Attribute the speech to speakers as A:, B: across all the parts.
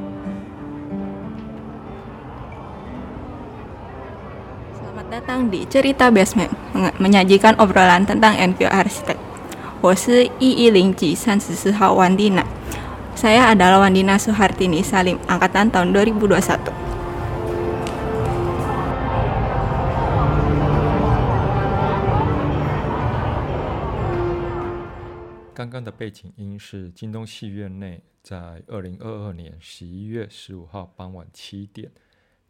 A: 啊
B: Selamat datang di Cerita Basement, menge- menyajikan obrolan tentang NPO Arsitek. 我是一一零级三十四号 Wandina. Saya adalah Wandina Suhartini Salim, angkatan tahun 2021.
C: 《刚刚的背景音是京东戏院内在二零二二年十一月十五号傍晚七点，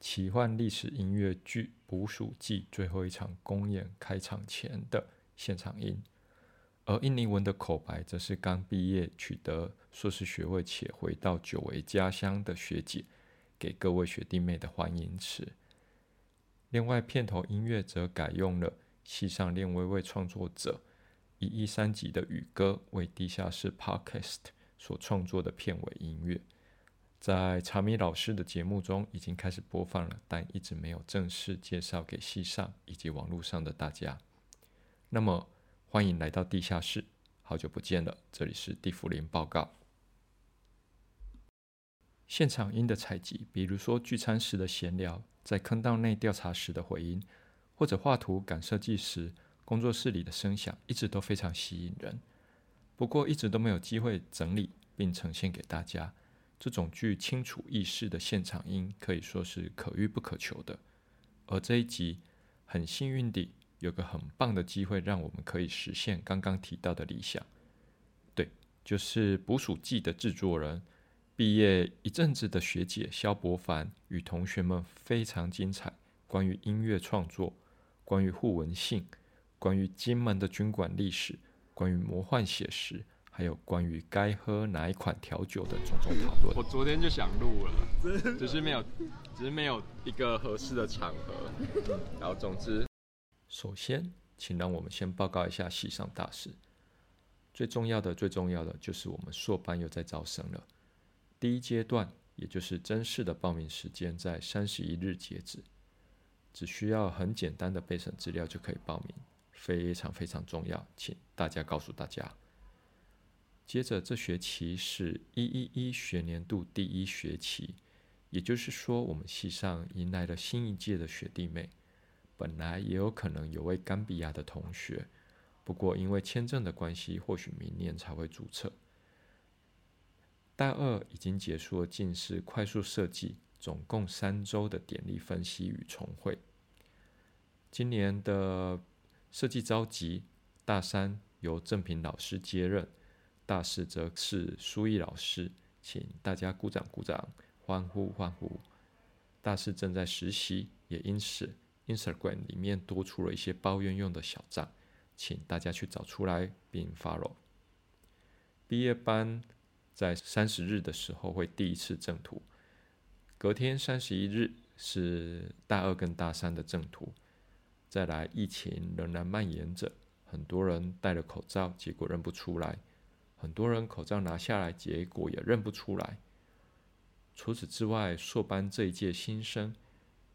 C: 奇幻历史音乐剧《捕鼠记》最后一场公演开场前的现场音。而印尼文的口白则是刚毕业取得硕士学位且回到久违家乡的学姐给各位学弟妹的欢迎词。另外，片头音乐则改用了系上练微微创作者一一三级的宇哥为地下室 Podcast 所创作的片尾音乐，在查米老师的节目中已经开始播放了，但一直没有正式介绍给系上以及网络上的大家。那么，欢迎来到地下室，好久不见了，这里是地福林报告。现场音的采集，比如说聚餐时的闲聊，在坑道内调查时的回音，或者画图赶设计时工作室里的声响一直都非常吸引人，不过一直都没有机会整理并呈现给大家。这种具清楚意识的现场音可以说是可遇不可求的。而这一集很幸运地有个很棒的机会，让我们可以实现刚刚提到的理想。对，就是《捕鼠记》的制作人，毕业一阵子的学姐肖博凡与同学们非常精彩关于音乐创作、关于互文性关于金门的军管历史，关于魔幻写实，还有关于该喝哪一款调酒的种种讨
D: 我
C: 论。
D: 昨天就想录了，只是没有，只是没有一个合适的场合。然后总之，
C: 首先，请让我们先报告一下系上大事。最重要的，最重要的就是我们硕班又在招生了。第一阶段，也就是真试的报名时间在三十一日截止，只需要很简单的备审资料就可以报名，非常非常重要，请大家告诉大家。接着，这学期是一一一学年度第一学期，也就是说，我们系上迎来了新一届的学弟妹。本来也有可能有位冈比亚的同学，不过因为签证的关系，或许明年才会注册。大二已经结束了近视快速设计总共三周的典礼分析与重绘。今年的设计召集，大三由郑平老师接任，大四则是苏毅老师，请大家鼓掌鼓掌，欢呼欢呼。大四正在实习，也因此 Instagram 里面多出了一些抱怨用的小账，请大家去找出来并 follow。毕业班在三十日的时候会第一次正途，隔天三十一日是大二跟大三的正途。再来，疫情仍然蔓延着，很多人戴了口罩，结果认不出来；很多人口罩拿下来，结果也认不出来。除此之外，硕班这一届新生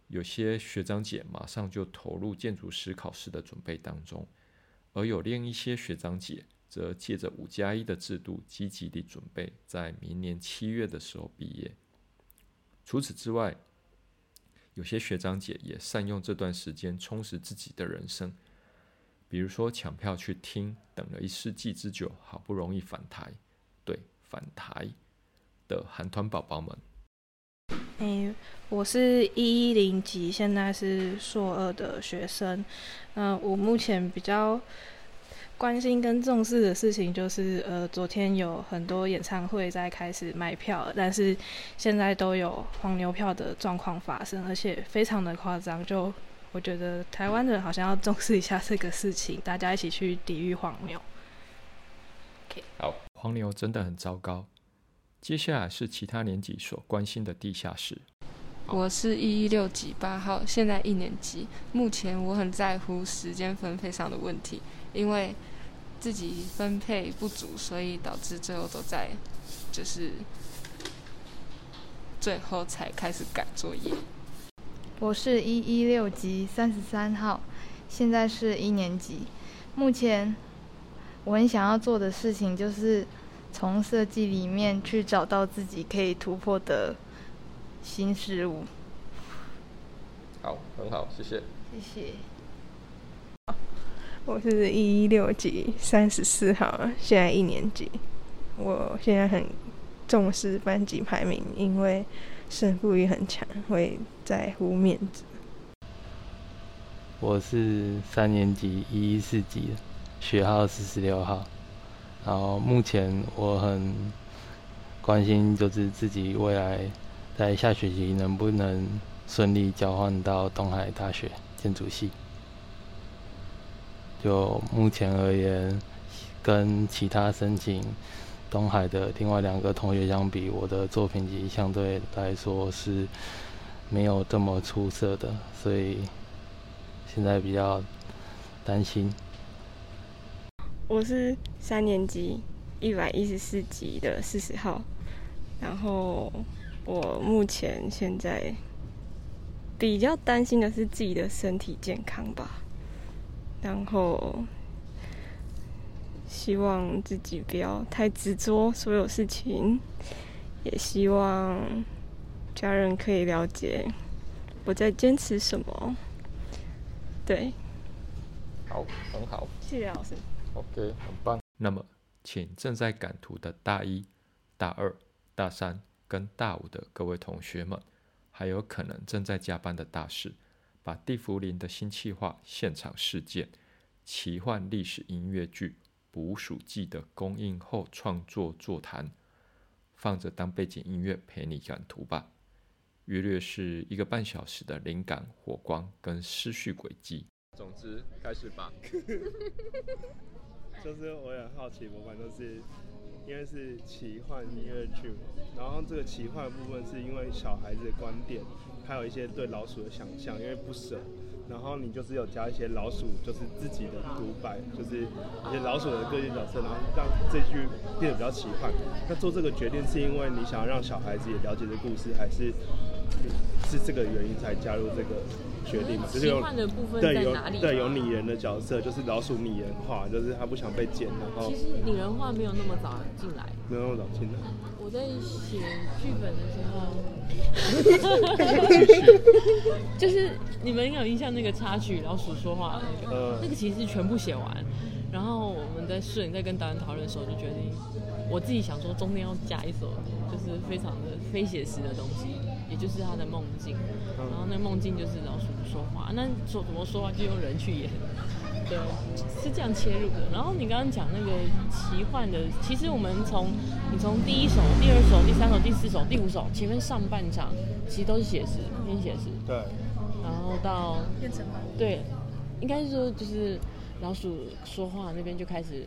C: 有些学长姐马上就投入建筑师考试的准备当中，而有另一些学长姐则借着五加一的制度，积极地准备在明年七月的时候毕业。除此之外，有些学长姐也善用这段时间充实自己的人生，比如说抢票去听，等了一世纪之久，好不容易返台，对，返台的韩团宝宝们。
E: 诶、我是一一零级，现在是硕二的学生。嗯、我目前比较关心跟重视的事情就是，呃，昨天有很多演唱会在开始卖票了，但是现在都有黄牛票的状况发生，而且非常的夸张。就我觉得台湾人好像要重视一下这个事情，大家一起去抵御黄牛。
C: 好，黄牛真的很糟糕。接下来是其他年级所关心的地下室。
F: 我是一一六级八号，现在一年级。目前我很在乎时间分配上的问题，因为自己分配不足，所以导致最后都在就是最后才开始赶作业。
G: 我是一一六级三十三号，现在是一年级。目前我很想要做的事情就是从设计里面去找到自己可以突破的新事物。
C: 好，很好，谢谢。
G: 谢谢。
E: 我是一一六级三十四号，现在一年级。我现在很重视班级排名，因为胜负欲很强，会在乎面子。
H: 我是三年级一一四级的，学号是十六号。然后目前我很关心，就是自己未来在下学期能不能顺利交换到东海大学建筑系。就目前而言，跟其他申请东海的另外两个同学相比，我的作品集相对来说是没有这么出色的，所以现在比较担心。
I: 我是三年级一百一十四级的四十号，然后我目前现在比较担心的是自己的身体健康吧，然后希望自己不要太执着所有事情，也希望家人可以了解我在坚持什么。对，
C: 好，很好
I: 谢谢老师。
C: ，OK，很棒。那么，请正在赶图的大一、大二、大三跟大五的各位同学们，还有可能正在加班的大四，把地福林的新企划现场事件、奇幻历史音乐剧《捕鼠记》的公映后创作座谈，放着当背景音乐陪你赶图吧。约略是一个半小时的灵感火光跟思绪轨迹。
D: 总之，开始吧。
J: 就是我也很好奇，模板都是因为是奇幻音乐剧，然后这个奇幻的部分是因为小孩子的观点，还有一些对老鼠的想象，因为不舍，然后你就是有加一些老鼠，就是自己的独白，就是一些老鼠的个性角色，然后让这句变得比较奇幻。那做这个决定是因为你想要让小孩子也了解这故事，还是是这个原因才加入这个决定吗？就是有
A: 奇幻的部分
J: 对
A: 在
J: 有
A: 哪里
J: 对
A: 吗
J: 有拟人的角色，就是老鼠拟人化，就是他不想被剪，然后
A: 其实拟人化没有那么早进来，
J: 没有老听的。
A: 我在写剧本的时候， 就是你们有印象那个插曲老鼠说话的那个，
J: 呃
A: 那个其实是全部写完，然后我们在摄影在跟导演讨论的时候就决定，我自己想说中间要加一首就是非常的非写实的东西，也就是他的梦境，然后那个梦境就是老鼠不说话，那说怎么说话就用人去演。对，是这样切入的。然后你刚刚讲那个奇幻的，其实我们从你从第一首、第二首、第三首、第四首、第五首前面上半场，其实都是写实，偏写实，
J: 对，
A: 然后到变成对，应该是说就是老鼠说话那边就开始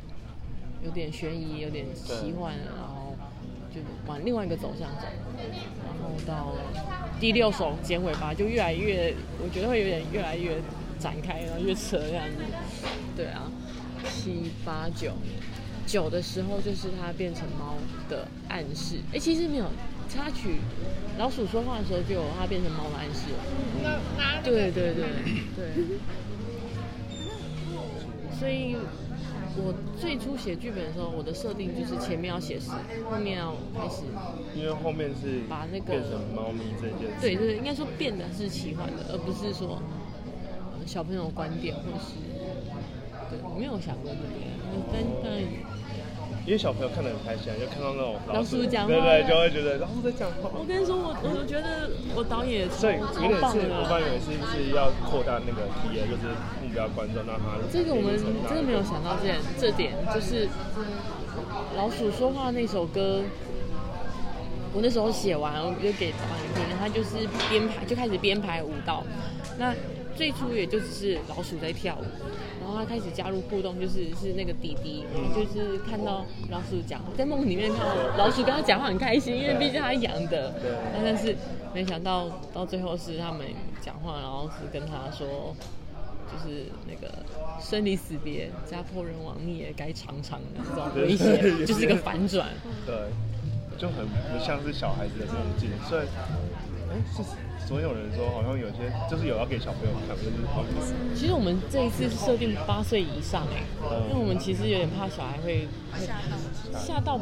A: 有点悬疑，有点奇幻，然后就往另外一个走向走，然后到第六首剪尾巴就越来越，我觉得会有点越来越展开，然后越扯这样子。对啊，七八九九的时候就是它变成猫的暗示。哎、其实没有插曲，老鼠说话的时候就有它变成猫的暗示了。对对对对。所以，我最初写剧本的时候，我的设定就是前面要写实，后面要开始
J: 因为后面是
A: 把那个
J: 变成猫咪这件事，
A: 对，就是应该说变得是奇幻的，而不是说呃小朋友的观点或是对，我没有想过这个，但但
J: 因为小朋友看得很开心啊，就看到那种
A: 老鼠讲话
J: 对对，就会觉得老哦鼠在讲话。
A: 我跟你说，我我觉得我导演也超
J: 所以有
A: 超
J: 点
A: 棒
J: 是，我
A: 的。啊
J: 班以为是不是要扩大那个 TA，就是目标观众，让他
A: 这个我们
J: 变成
A: 真的没有想到这点，这点就是老鼠说话那首歌，我那时候写完，我就给导演听，他就是编排就开始编排舞蹈。那最初也就只是老鼠在跳舞，然后他开始加入互动，就是是那个弟弟，他就是看到老鼠讲话，在梦里面看到老鼠跟他讲话很开心，因为毕竟他养的。但但是没想到到最后是他们讲话，然后是跟他说。就是那个生离死别，家破人亡，你也该尝尝的那种威 胁， 就是一个反转。
J: 对，就很不像是小孩子的梦境，所以。哎哎、是所有人说好像有些就是有要给小朋友看，就是好像是
A: 其实我们这一次是设定八岁以上哎、
J: 嗯
A: 因为我们其实有点怕小孩会吓到，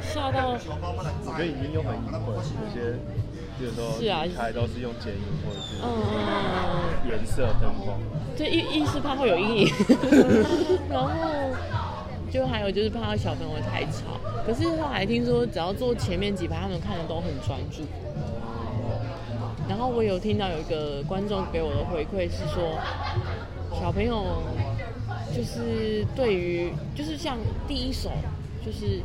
A: 吓到，
J: 我觉得已经有很隐晦，有些比如说
A: 是啊
J: 还都是用剪影或者是
A: 嗯嗯嗯嗯嗯
J: 颜色灯光，
A: 对，一一是怕会有阴影，然后就还有就是怕小朋友太吵。可是后来听说，只要坐前面几排，他们看的都很专注。然后我有听到有一个观众给我的回馈是说，小朋友就是对于就是像第一首就是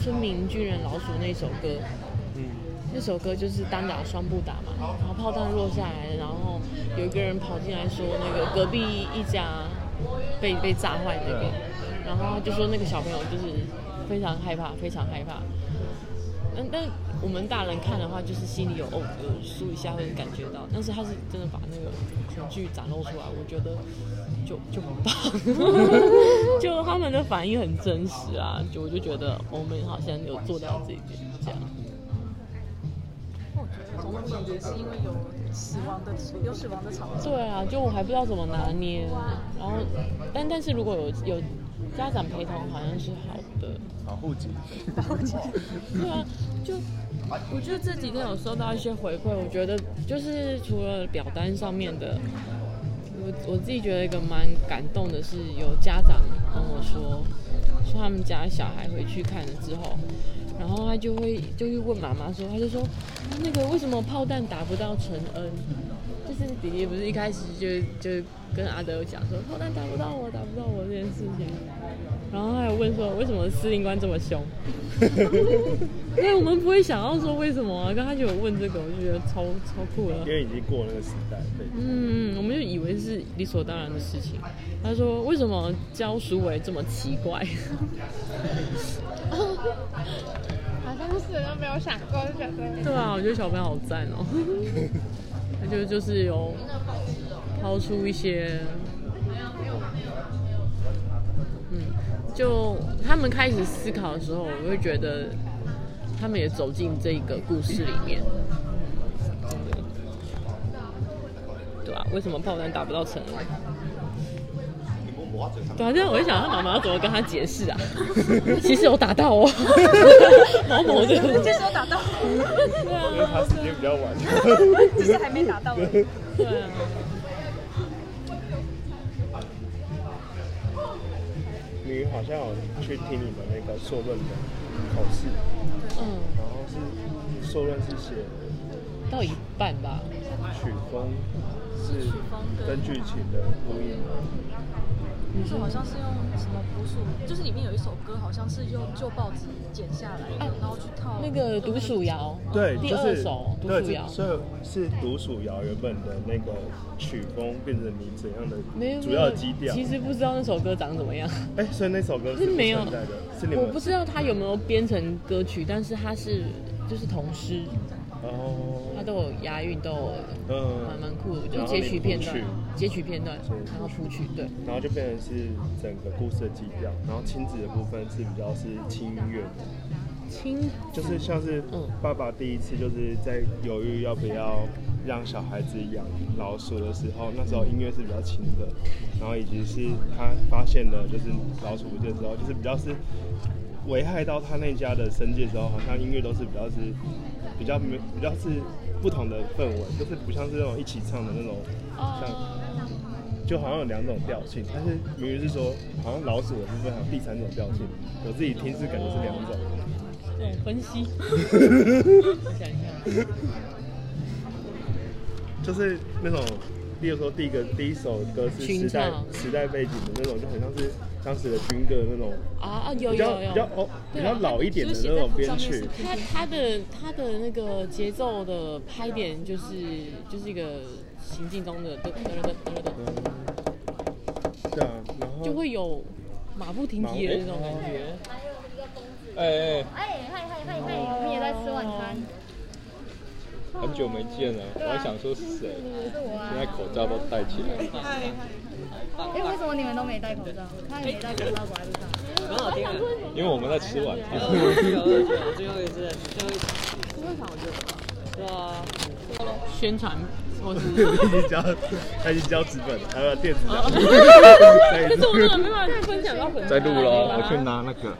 A: 村民巨人老鼠那首歌，那首歌就是单打双不打嘛，然后炮弹落下来，然后有一个人跑进来说那个隔壁一家被被炸坏那个，然后他就说那个小朋友就是非常害怕，非常害怕。那那我们大人看的话，就是心里有哦有输一下会感觉到，但是他是真的把那个恐惧展露出来，我觉得就就很棒， 就他们的反应很真实啊，就我就觉得我们好像有做到这一点这样。
K: 种种感觉是因为有死亡的有死亡的场景。
A: 对啊，就我还不知道怎么拿捏，然后，但但是如果有有家长陪同，好像是好的。
J: 保护级，
A: 对啊，就我觉得这几天有收到一些回馈，我觉得就是除了表单上面的，我我自己觉得一个蛮感动的是，有家长跟我说，说他们家小孩回去看了之后，然后他就会就去问妈妈说，他就说那个为什么炮弹打不到陈恩？就是弟弟不是一开始就就跟阿德有讲说炮弹打不到我，打不到我这件事情，然后还有问说为什么司令官这么 凶？对，我们不会想要说为什么啊，刚开始有问这个，我就觉得超超酷了
J: 因。为已经过了那个时代，对，
A: 嗯，我们就以为是理所当然的事情。他说为什么教鼠尾这么奇 怪？
L: 好像是都没有想过，就觉得
A: 对啊，我觉得小朋友好赞 哦、他就就是有抛出一些，嗯，就他们开始思考的时候，我会觉得他们也走进这个故事里面。对啊，为什么炮弹打不到城？对啊，这样我就想，他妈妈要怎么跟他解释啊？ 其实有打到 哦，某某的，
K: 其实有打到，
J: 因为他时间比较 晚，
A: 嗯
K: 其实还没 打到而已。
A: 对啊。
J: 你好像有去听你们那个硕论的考试，
A: 嗯，
J: 然后是硕论是写
A: 到一半吧。
J: 曲风是跟剧情的呼应吗？
K: 那时候好像是用什么捕鼠，就是里面有一首歌，好像是用旧报纸剪下来的，然后去套
A: 那个独鼠谣，
J: 对，
A: 第
J: 就
A: 二
J: 是
A: 首独
J: 对，
A: 鼠谣
J: 这，所以是独属谣原本的那个曲风变成你怎样的
A: 没有
J: 主
A: 没
J: 要
A: 有
J: 基调？
A: 其实不知道那首歌长怎么样，
J: 哎、所以那首歌是
A: 是
J: 不
A: 没有
J: 存在的，是你们
A: 我不知道它有没有编成歌曲，但是它是就是童诗，
J: 哦，
A: 它都有押韵，都有
J: 嗯
A: 蛮蛮酷的，就
J: 然后
A: 截取
J: 你
A: 片
J: 谱
A: 段
J: 曲，
A: 截取片段，然后谱曲，对，
J: 然后就变成是整个故事的基调，然后亲子的部分是比较是轻音乐的，
A: 轻
J: 就是像是爸爸第一次就是在犹豫要不要让小孩子养老鼠的时候，那时候音乐是比较轻的，然后以及是他发现了就是老鼠不见之后，就是比较是危害到他那家的生计之后，好像音乐都是比较是比较没比较是不同的氛围，就是不像是那种一起唱的那种
A: 哦
J: 像。
L: 哦
J: 就好像有两种调性，但是明明是说，好像老鼠的部分还有第三种调性，我自己听是感觉是两种。
A: 这种分 析，我想一下，
J: 就是那种，例如说第一个第一首歌是
A: 群
J: 时代
A: 唱
J: 时代背景的那种，就很像是当时的军歌的那种
A: 啊啊有
J: 比较
A: 有有
J: 比较哦比
A: 对啊
J: 较老一点的那种编曲，
A: 他他的他的那个节奏的拍点就是就是一个行进中的噔噔噔噔噔噔，
J: 对啊，然后
A: 就会有马不停蹄的那种感觉。
D: 哎哎，
L: 哎嗨嗨嗨嗨，我们也在吃晚餐。
D: 很久没见了，我还想说是谁，
L: 是我啊
D: 现在口罩都戴起来了。
L: 嗨哎，为什么你们都没戴口罩？他也没戴口罩，走在路上。
M: 蛮好听的。
D: 因为我们在吃晚餐。
M: 最后一次，最后一次，最后一场我觉得
A: 我啊宣 传我是
J: 已经交，他已经交纸本了，还有电子
A: 哦哦
J: 档。
A: 可是我那个没办法分享到粉丝
J: 在
A: 团里啦
J: 拿 那个。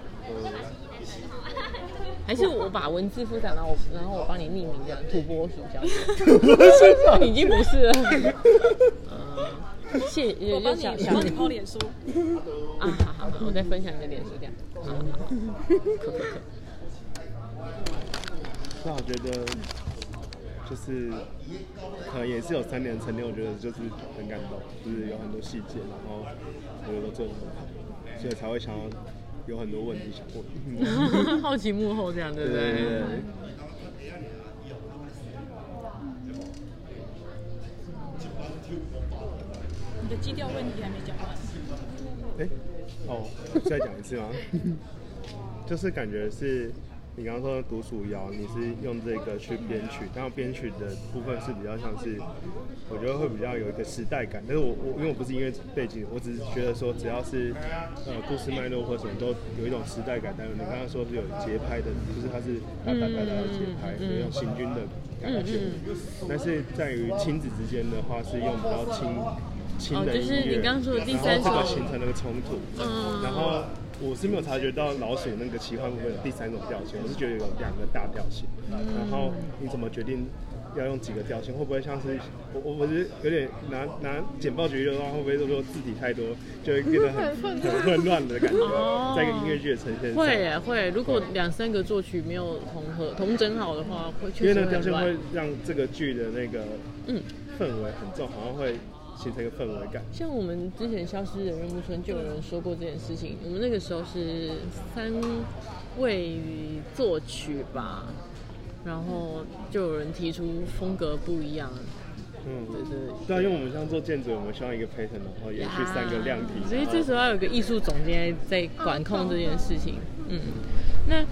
A: 还是我把文字附上，然后我然后我帮你匿名这样，土拨鼠小姐，
J: 土拨鼠小姐
A: 已经不是了。嗯，谢，
K: 我帮你
A: 小
K: 我帮你抛脸书。
A: 啊，好好好，我再分享你的脸书这样。好好好可可可。
J: 那我觉得就是可能也是有三年的沉淀，我觉得就是很感动，就是有很多细节，然后我觉得都做得很好，所以才会想要有很多问题想问。
A: 好奇幕后这样，对不对？
J: 对对对
K: 你的基调问题还没讲完。
J: 哎，哦，再讲一 次吗？就是感觉是你刚刚说的独属谣，你是用这个去编曲，但编曲的部分是比较像是，我觉得会比较有一个时代感。但是我我因为我不是音乐背景，我只是觉得说只要是呃故事脉络或什么都有一种时代感。但是你刚刚说是有节拍的，就是它是哒哒哒哒的节拍，
A: 嗯嗯嗯
J: 有一种行军的感觉。
A: 嗯
J: 但是在于亲子之间的话，是用比较轻轻
A: 哦
J: 的
A: 就
J: 音
A: 是
J: 乐，
A: 你刚刚说的第三
J: 然
A: 首
J: 后这个形成了个冲突。
A: 嗯
J: 然后我是没有察觉到老鼠那个奇幻部分有第三种调性，我是觉得有两个大调性。然后你怎么决定要用几个调性？会不会像是我我我是有点拿拿简报举例的话，会不会说字体太多就会变 得很
A: 很混
J: 很混乱的感
A: 哦
J: 觉，在一个音乐剧的呈现上？
A: 会耶会，如果两三个作曲没有重合、同整好的话，会
J: 因
A: 确
J: 为
A: 实
J: 那个
A: 会很
J: 调性
A: 乱。
J: 会让这个剧的那个
A: 嗯
J: 氛围很重，好像会形成一个氛围感。
A: 像我们之前《消失的人木村》就有人说过这件事情。我们那个时候是三位作曲吧，然后就有人提出风格不一样，
J: 嗯，
A: 对对。
J: 对啊，因为我们像做建筑，我们需要一个 pattern，然后延续三个啊量体。
A: 啊所以这时候要有个艺术总监在管控这件事情。嗯，那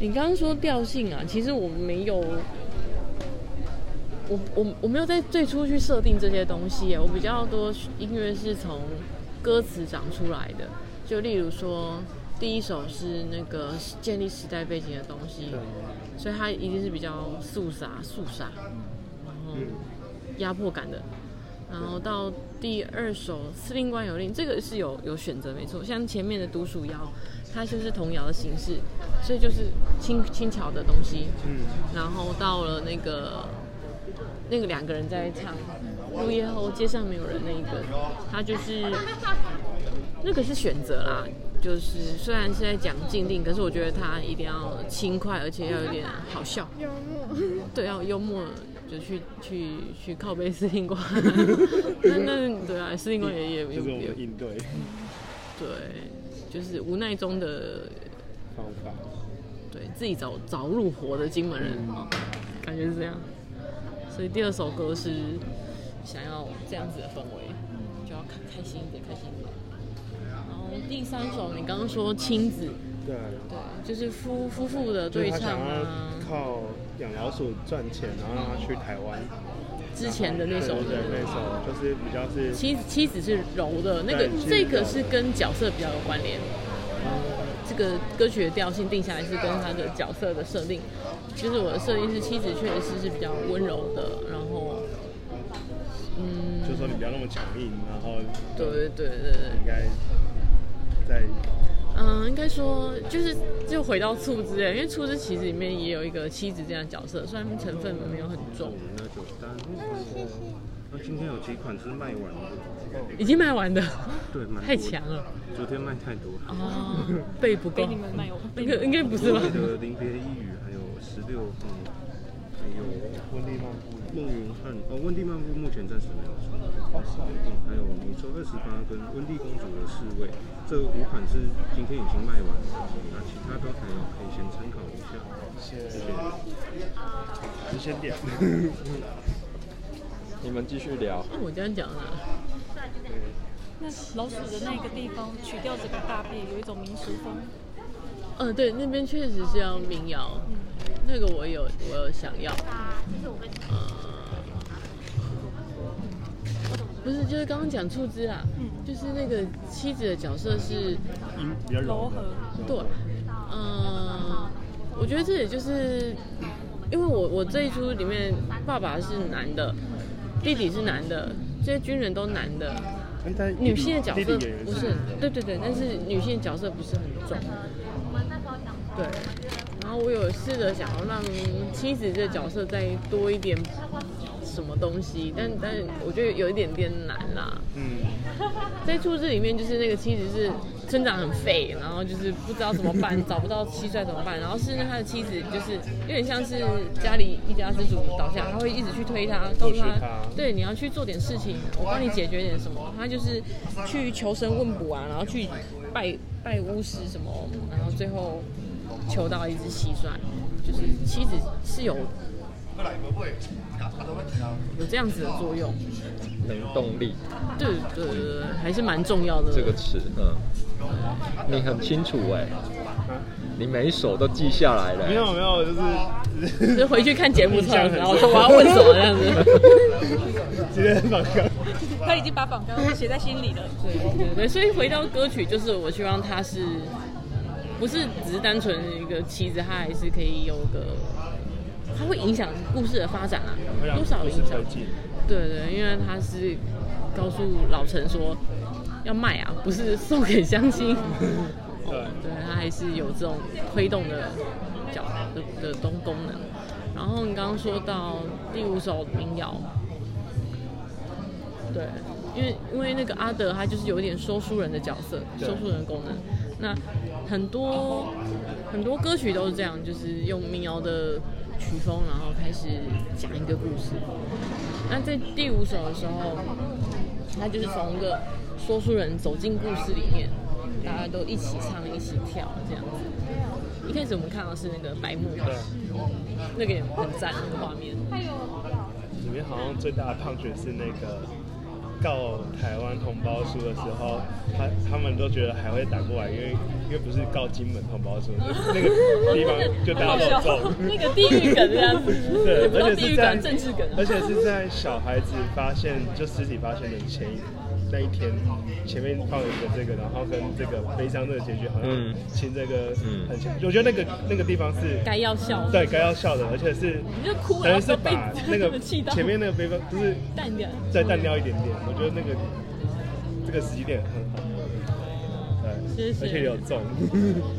A: 你刚刚说调性啊，其实我没有，我我我没有在最初去设定这些东西耶，我比较多音乐是从歌词长出来的，就例如说。第一首是那个建立时代背景的东西，所以它一定是比较肃杀、肃杀，然后压迫感的。然后到第二首《司令官有令》，这个是有有选择没错，像前面的独属谣，它就是童谣的形式，所以就是轻轻巧的东西。
J: 嗯，
A: 然后到了那个那个两个人在唱《入夜后街上没有人》那一个，它就是那个是选择啦，就是虽然是在讲禁令，可是我觉得它一定要轻快，而且要有点好笑。
L: 幽默。
A: 对，要幽默，就去去去靠背司令 官。那那对啊，司令官也也也
J: 就是我们
A: 也
J: 的应对
A: 对，就是无奈中的
J: 方法。
A: 对自己找找入伙的金门人，
J: 嗯
A: 感觉是这样。所以第二首歌是想要这样子的氛围，就要开开心一点，开心一点。然后第三首你刚刚说亲子，
J: 对，啊
A: 对，就是夫夫妇的
J: 就是
A: 对
J: 他想
A: 唱
J: 要
A: 啊，
J: 靠养老鼠赚钱，然后让他去台湾。
A: 之前的那首
J: 对对对那首就是比较是
A: 妻妻子是柔的，那个
J: 对是
A: 这个
J: 柔
A: 是跟角色比较有关联。这个歌曲的调性定下来是跟他的角色的设定，就是我的设定是妻子确实是比较温柔的，然后嗯，
J: 就说你不要那么强硬，然后
A: 对对对对对，
J: 应该在
A: 嗯，应该说就是就回到处之哎，因为处之其实里面也有一个妻子这样的角色，虽然成分没有很重，
M: 那就单。那今天有几款是卖完的，
A: 已经卖完的，
M: 对，蛮多的
A: 太强了，
M: 昨天卖太多了。
A: 哦， 背不够，
M: 被你们卖完
A: 应该应该不是吧？
M: 的临别一语，还有十六号，还有温蒂漫步、孟云汉哦，温蒂漫步目前暂时没有出。嗯，还有你说二十八跟温蒂公主的侍卫，这五款是今天已经卖完了，那其他都还有可以先参考一下。谢
J: 时 间点。
C: 你们继续聊。
A: 那我这样讲啊，
K: 那老鼠的那个地方取掉整个大便，有一种民俗风。
A: 嗯，对，那边确实是要民谣，那个我有我有想要，不是就是刚刚讲处之啊，就是那个妻子的角色是
J: 音比较柔和，
A: 对，嗯、我觉得这也就是因为我我这一出里面，爸爸是男的，弟弟是男的，这些军人都男的，
J: 哎，但
A: 女性的角
J: 弟弟
A: 色
J: 演员
A: 不是
J: 是
A: 很，对对对，但是女性的角色不是很重。对，然后我有试着想要让妻子这个角色再多一点什么东西，但但我觉得有一点点难啦。
J: 嗯，
A: 在处置里面，就是那个妻子是村长很废，然后就是不知道怎么办，找不到蟋蟀怎么办，然后是那他的妻子就是有点像是家里一家之主倒下，他会一直去推他，告
K: 迫
A: 诉
K: 使
A: 他
K: 他，
A: 对，你要去做点事情，我帮你解决点什么。他就是去求神问卜啊，然后去拜拜巫师什么，然后最后求到一只蟋蟀，就是妻子是有有这样子的作用，
C: 能动力
A: 对对对对，还是蛮重要的。
C: 这个词，嗯，你很清楚哎、你每一首都记下来了、欸
J: 没有没有，就 是
A: 就回去看节目
J: 印
A: 之后，
J: 象很
A: 然后说我要问什么这样子。
J: 今天访刚，
K: 他已经把仿纲写在心里了。
A: 对对对，所以回到歌曲，就是我希望它是不是只是单纯一个妻子，它还是可以有个，它会影响故事的发展啊，多少影响。对对，因为它是告诉老陈说要卖啊，不是送给乡 亲。对，它还是有这种推动的角的的东功能。然后你刚刚说到第五首民谣，对，因为因为那个阿德他就是有一点说书人的角色，
K: 对
A: 说书人的功能。那很多很多歌曲都是这样，就是用民谣的曲风，然后开始讲一个故事。那在第五首的时候，他就是从一个说书人走进故事里面，大家都一起唱一起跳这样子。一开始我们看到是那个白木，那个也很赞，那个画面。，
J: 里面好像最大的胖曲是那个告台湾同胞书的时候，他他们都觉得还会打过来，因为因为不是告金门同胞书，那那个地方就大家都有中
A: 那个地狱梗这样子
J: 对，
A: 也不知道
J: 而且
A: 地
J: 是
A: 狱梗
J: 在
A: 政治梗啊
J: 而且是在小孩子发现就尸体发现的前一那一天，前面放一个这个，然后跟这个悲伤这个结局好像
C: 嗯
J: 亲这个很像，我觉得那个那个地方是
A: 该要嗯笑的
J: 对，该要笑的，而且是
A: 你就哭
J: 等
A: 然后
J: 于哎是
A: 都被
J: 把那个
A: 气到
J: 前面那个悲伤就是
A: 淡掉
J: 再淡掉一点点，我觉得那个这个时机点很好，对，
A: 谢谢
J: 而且有中，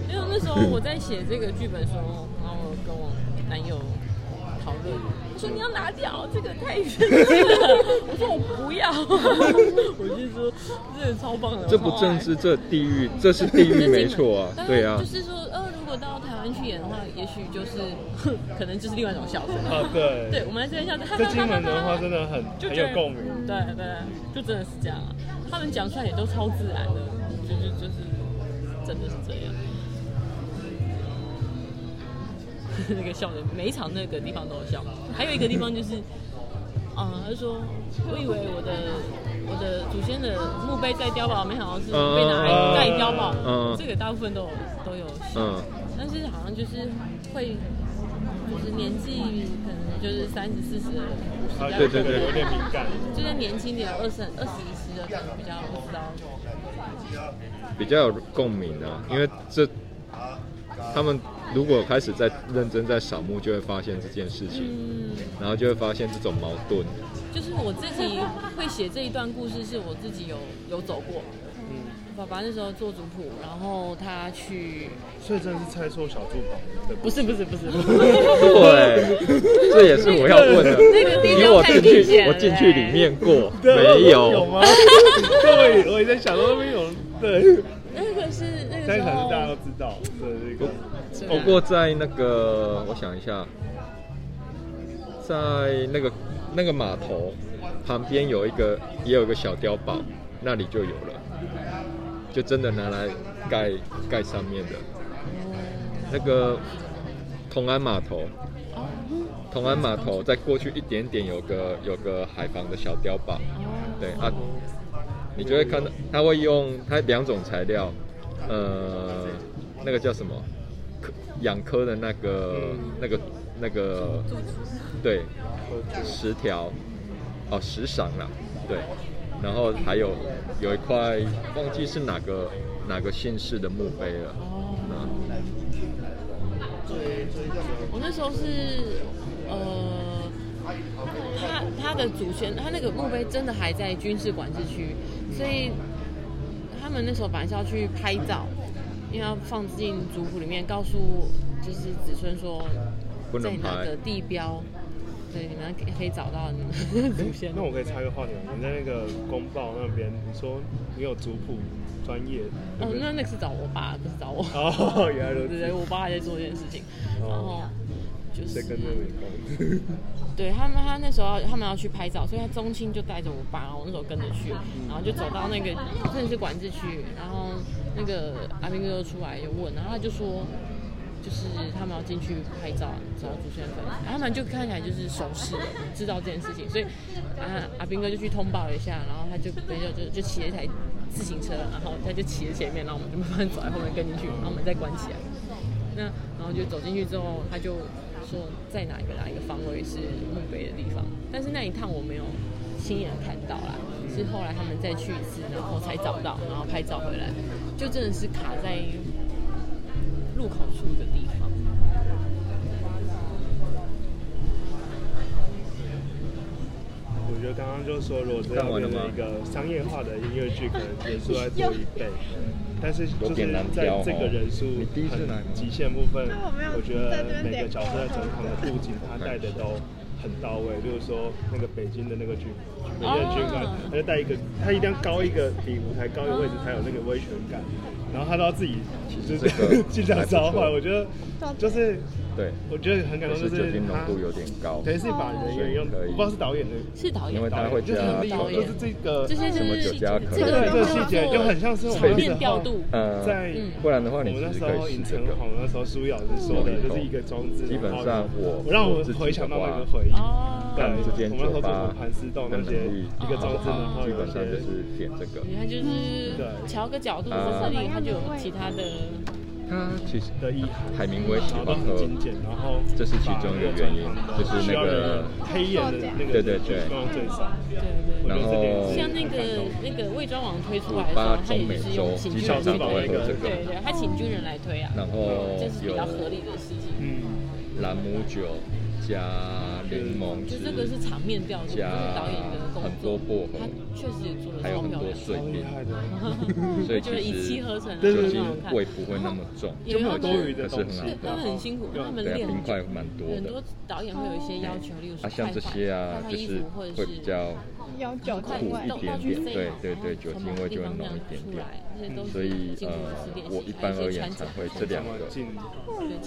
A: 因为那时候我在写这个剧本的时候，然后我跟我男友讨论，我说你要拿掉这个太深 了，我说我不要，我就说这个超棒的，
C: 这不
A: 我超爱
C: 政治，这地狱，这是地狱没错啊
A: 但，是
C: 对啊
A: 就，是说，呃，如果到台湾去演的话，也许就是， 可能就是另外一种笑声。
J: 啊对
A: 对，我们来这边笑声，哈
J: 这
A: 哈
J: 金
A: 哈哈
J: 门的
A: 哈
J: 话真的很
A: 就
J: 很
A: 觉
J: 有
A: 得
J: 共鸣。
A: 对对，就真的是这样啊。他们讲出来也都超自然的，就就就是真的是这样。 那个笑的，每一场那个地方都有笑。还有一个地方就是，啊、他说我以为我的我的祖先的墓碑在碉堡，没想到是被拿来盖碉堡。
C: 嗯
A: 这个大部分都有都有笑。
C: 嗯，
A: 但是好像就是会，就是年纪可能就是三十四十的人，
J: 啊
A: 50的
C: 对对对
J: 有点敏感
A: 就是年轻点二十二十一十的可能比较不知道。
C: 比较有共鸣啊，因为这他们如果开始在认真在扫墓，就会发现这件事情，
A: 嗯，
C: 然后就会发现这种矛盾，
A: 就是我自己会写这一段故事，是我自己有有走过。我爸爸那时候做族谱，然后他去，
J: 所以真的是 猜错小珠宝的故
A: 不
J: 事，
A: 是不是不是，
C: 对，这也是我要问的。
A: 那个地
C: 因为
A: 方
C: 我
A: 太
C: 进
A: 明
C: 去，
A: 显
C: 我
A: 了
C: 进去里面过，
J: 对
C: 没
J: 有吗？ 对，我也在 想说没有，对，
A: 那个是那个
J: 但
A: 时
J: 可能大家
A: 候
J: 都知道的这个。
C: 不哦过在那个，我想一下，在那个那个码头旁边有一个，也有一个小碉堡，那里就有了，就真的拿来盖盖上面的。那个同安码头，
A: 哦
C: 同安码头再过去一点点有个有个海防的小碉堡，对啊，你就会看到它会用它两种材料，呃，那个叫什么？科养科的那个、那个、那个，对，十条，哦，石赏啦，对，然后还有有一块忘记是哪个哪个县市的墓碑了，嗯
A: 我那时候是呃，它它的祖先，它那个墓碑真的还在军事管制区，所以他们那时候本来是要去拍照，因为要放进族谱里面，告诉就是子孙说
C: 不
A: 在
C: 能
A: 哪
C: 拍
A: 的地标，对，你们可以可以找 到你们祖先。
J: 那我可以插一个话题吗？你在那个公报那边，你说你有族谱专业，有
A: 哦
J: 没，有
A: 那那个是找我爸，不是找我。
J: 哦原来如此哦
A: 对对，我爸还在做这件事情，然后
L: 哦
A: 就是
J: 谁跟这没关？
A: 对他们，他那时候他们要去拍照，所以他宗亲就带着我爸，然后我那时候跟着去，然后就走到那个真的是管制区，然后那个阿兵哥就出来就问，然后他就说，就是他们要进去拍照找祖先坟，然后他们就看起来就是熟识了，知道这件事情，所以啊阿兵哥就去通报了一下，然后他就没有就就骑了一台自行车，然后他就骑在前面，然后我们就慢慢走在后面跟进去，然后我们再关起来。那然后就走进去之后，他就说在哪一个哪一个方位是墓碑的地方，但是那一趟我没有亲眼看到啦，是后来他们再去一次，然后才找到，然后拍照回来，就真的是卡在入口处的地方。
J: 我觉得刚刚就是说，如果这
C: 干
J: 样
C: 完了
J: 变
C: 吗
J: 成一个商业化的音乐剧，可能人数要多一倍。但是就
C: 有
J: 是
C: 点难
J: 在
C: 挑哦
J: 这个人数
C: 你第一次来吗
J: 很极限部分
C: 那我没有，
J: 我觉得
C: 在这边
J: 每个
C: 点
J: 角色在整场的布景，他带的都很到位。例如说那个北京的那个军，北京的军官
C: 哦，
J: 他就带一个，他一定要高一个比舞台高一个位置才有那个威权感。然后他都要自己就
C: 这个
J: 是尽量召唤，我觉得就是
C: 对，
J: 我觉得很感动，
C: 就
J: 就是
C: 酒精浓
J: 他
C: 度有点高，
J: 等于是把人员用，
C: 所以可以
J: 不知道是导演的，
A: 是导
C: 因
A: 演
C: 为他会
J: 就
C: 加
J: 是很厉害，
C: 导
J: 就
C: 演
J: 是这个
A: 这些
C: 什么酒加可
J: 这
C: 乐
J: 个这个细节就很像是我们那时候
C: 呃，
J: 在
C: 不然的话
J: 我
C: 你其
J: 们那
C: 实可
J: 时
C: 以
J: 候
C: 试
J: 影
C: 这
J: 城
C: 个。
J: 红的时候，苏瑶是说的，就是一个装置，
C: 基本
J: 然后
C: 上我
J: 我让我
C: 自己的
J: 回想到那
C: 话
J: 个回忆，
A: 哦
J: 对，
C: 看这间
J: 我们那
C: 酒
J: 时候做什
C: 吧
J: 么盘丝洞那些一个装置，然后
C: 基
J: 有
C: 本
J: 一
C: 上就
J: 些
C: 是点这个。
A: 你看就是瞧个角度在这里，它就有其他的。
C: 他其实
J: 的意
C: 海明威喜欢喝，
J: 然后
C: 这是其中一个原因，就是那个
J: 黑眼的那个
C: 对对对，
J: 光最少，
A: 对
J: 我觉
C: 然
J: 得这点
C: 后
J: 是
A: 像那个那个魏庄王推出来的时候，啊他也是用请军
C: 基
A: 人
C: 本上都会喝这个
A: 对对，他请军人来推啊，
C: 然后
A: 这是比较合理的事情。
J: 嗯，
C: 朗姆酒加柠檬汁，
A: 就嗯这个是场面调度，就是
C: 加
A: 导演的工
C: 很多
A: 作，
C: 薄荷，
A: 确实也做的
C: 还有
A: 超
C: 很
A: 漂
C: 多
A: 亮。
C: 碎片，所
A: 我
C: 以
A: 觉得
C: 其
A: 一气
C: 实
A: 呵成啊，
C: 酒
A: 很
C: 精
A: 好看。
C: 味不会那么重，
A: 因为他们
C: 可是很好
A: 他们
C: 喝。
A: 很辛苦，他们
C: 对啊
A: 练
C: 冰块蛮多的
A: 很多导演会有一些要求，例如说
C: 啊，像这些啊
A: 快，换
C: 就
A: 衣服
C: 是
A: 或者
C: 会比较
A: 要
C: 苦一点点，对对对，酒精味就会浓一点点，所以呃，我一般而言才会这两个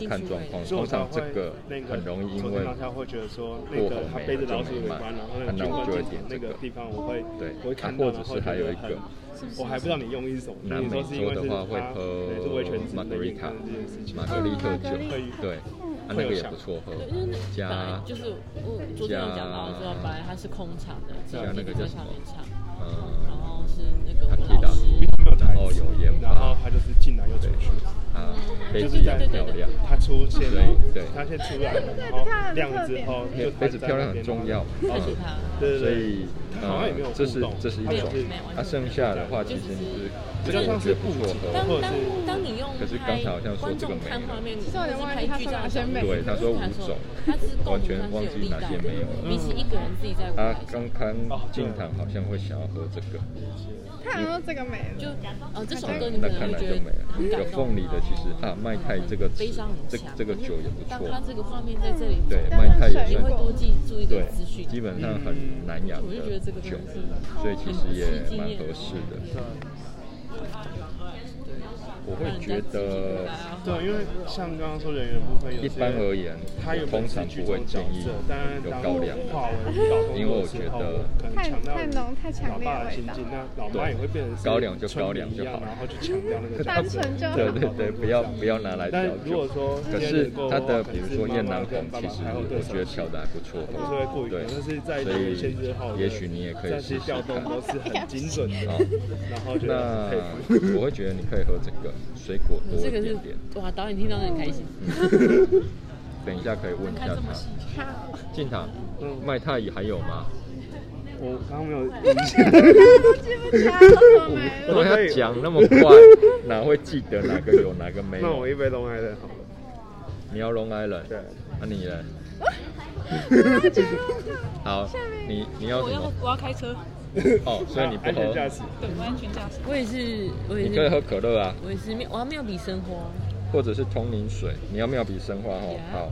C: 看状况，
J: 所以
C: 通
J: 我才
C: 常
J: 会
C: 这个
J: 那个
C: 很容易
J: 昨
C: 因
J: 天
C: 为
J: 当下 会觉得说，那个他背着老鼠的尾巴，然后那个
C: 看到
J: 军
C: 我
J: 官
C: 就会
J: 进
C: 点
J: 场
C: 这
J: 那
C: 个
J: 个地方，我会
C: 对
J: 我会看
C: 啊或
J: 到，
C: 者
J: 然后
C: 是还有一个
J: 觉得很我还不知道你嗯用意是哦什么，
C: 南
J: 你
C: 美
J: 说是因
C: 洲
J: 为
C: 的
J: 是
C: 话会
J: 他对是
C: 喝
J: 威权殖
C: 玛
J: 民
C: 格
J: 的
C: 丽
J: 影
C: 塔
J: 响这件事、情，
C: 玛格丽特酒
J: 会，
C: 对，啊那
J: 嗯会有
C: 个也
J: 香
C: 不错喝
A: 对，因为那，本来
C: 加
A: 就是我昨天有讲到之后，本来它是空场的，只有
C: 加
A: 自
C: 那
A: 己
C: 个
A: 在
C: 叫什
A: 上
C: 么
A: 面唱，？然
C: 呃，
A: 后是那个
C: 塔
A: 我
C: 提
A: 老
C: 达
A: 师，，
C: 然后有研
J: 然后
C: 发，
J: 他就是进来又出去，
C: 啊，杯
J: 就
C: 子
J: 是
C: 也
J: 在
C: 漂亮，
J: 他出现
C: 所
J: 然后
C: 以对，
J: 他先出来，然后亮了之后，就
C: 杯子漂亮很重要，嗯
J: 对对对
C: 所以
J: 他好像也没有
C: 呃
J: 互，
C: 这是
J: 动
C: 这是一
J: 没有
C: 种
J: 没有，
C: 啊，剩下的话其实你是这个我觉得不错
A: 当
C: 喝，
A: 当当你用
C: 可是刚才好像说这个没
A: 看画
C: 了，
A: 面，拍剧照
C: 对，他说五种，完全忘记哪些没有了。
A: 比起一个人自己在舞
C: 啊
A: 台，上，
C: 刚刚进场好像会想要喝这个，嗯
A: 他好像这个没了，就呃这首歌你
C: 那
A: 可能
C: 看
A: 会
C: 来
A: 觉
C: 就
A: 得
C: 没了。
A: 很
C: 有
A: 感动。
C: 凤梨的其实啊，麦太这个
A: 悲伤很
C: 这
A: 强，
C: 这个酒也不
A: 当
C: 错，
A: 他这个画面在这里，
C: 对，麦太也
A: 你
C: 算
A: 会多记注意
C: 对
A: 的资讯，嗯
C: 基本上很南洋
A: 我就觉
C: 的
A: 得这个
C: 酒
A: 真的是，
C: 所以其实也蛮合适的。
A: 嗯
C: 我会觉得
J: 对，因为像刚刚说人员部分有些，
C: 一般而言，
J: 他有
C: 我通常不会建议有高粱的，因为我觉得
J: 太
N: 太浓太强烈的
J: 的
N: 味
J: 心
N: 道
J: 境，那老妈
C: 对
J: 也会变成是
C: 高粱就高粱就
J: 村民一样
C: 好了
J: 然后去强调那个
N: 单纯就好
C: 对对对，不要不要拿来
J: 但
C: 调
J: 如果
C: 酒
J: 说。
C: 可
J: 今
C: 是
J: 天能够
C: 它的
J: 可能
C: 比如
J: 是
C: 说
J: 妈
C: 燕
J: 妈
C: 南
J: 跟
C: 红，
J: 爸
C: 其
J: 爸
C: 实
J: 还有对
C: 我觉得调
J: 手
C: 的还不错
J: 还是会过
C: 喝，
J: 瘾
C: 对
J: 但是，在
C: 所
J: 这个限制后
C: 以也
J: 的
C: 许你也可以
J: 战
C: 试
J: 士
C: 试
J: 调动
C: 看。
J: 都是很精准的
C: 好，
J: 然后觉得很佩服。
C: 那我会觉得你可以喝这个水果多
A: 这
C: 一
A: 个是
C: 点点。
A: 哇，导演听到都很开心。
C: 嗯等一下可以问一下他。
A: 好，
C: 进场，
J: 嗯
C: 麦太乙还有吗？
J: 我刚刚没有印象，
C: 我都要讲那么快，哪 会记得哪个有哪个没
J: 那
C: 有
J: 我？一杯龙海的好了。
C: 你要 Long 啊 Island，对，那、你呢？好，你你要
K: 我
C: 什
K: 要
C: 么？
K: 我要开车。
C: 哦，所以你不
K: 安全驾
C: 喝
K: 驶，对，我安全驾驶。
A: 我也是，我也
C: 你
A: 是，
C: 可以喝可乐啊，
A: 我也是没有，我还没有比生花。
C: 或者是通灵水。你要妙笔生花哦，
A: Yeah
C: 好，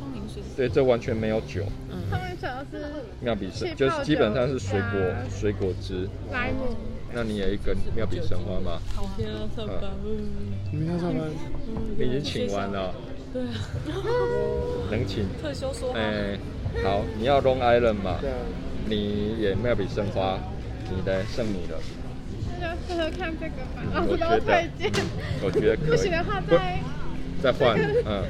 A: 通灵水
C: 对，这完全没有酒，
L: 他们主要是
C: 妙笔生
L: 气嗯泡
C: 就是基本上是水果
L: 酒
C: 水果汁。
L: 莱姆，
C: 那你有一根妙笔生花吗？
A: 好，
L: 啊
A: 我今天
C: 你明天
A: 要上班。
C: 上班？你已经请完了，
A: 对啊，
C: 能请？
K: 退休说话。
C: 哎，好，你要 Long Island 嘛
K: 对啊？
C: 你也妙笔生花，你的剩你了。
L: 那就喝喝看这个吧，老
C: 嗯我
L: 师
C: 觉得
L: 帮我推荐。
C: 我觉得可 以。
L: 不行的话再
C: 再换，嗯，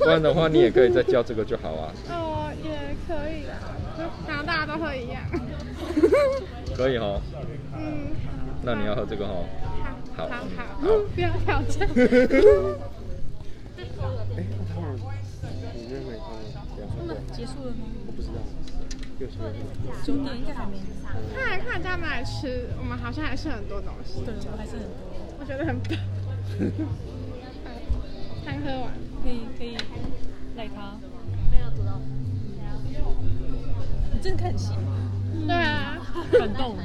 C: 不然的话你也可以再叫这个就好啊，
L: 哦也可以啦，就然后大家都喝一样。
C: 可以哦。
L: 嗯，
C: 那你要喝这个哦。
L: 好
C: 好
L: 好
C: 嗯
L: 好，不要挑战。
M: 哎，那他们里面没放两
K: 他们结束了吗？
M: 我不知道，有什么？
K: 九点应该还没。
L: 看来看他们来吃，我们好像还是很多东西。
K: 对，我还是很多。
L: 我觉得很棒。刚喝完，
K: 可以可以赖他。没有读到。你真的看戏？
L: 对啊，
A: 感动。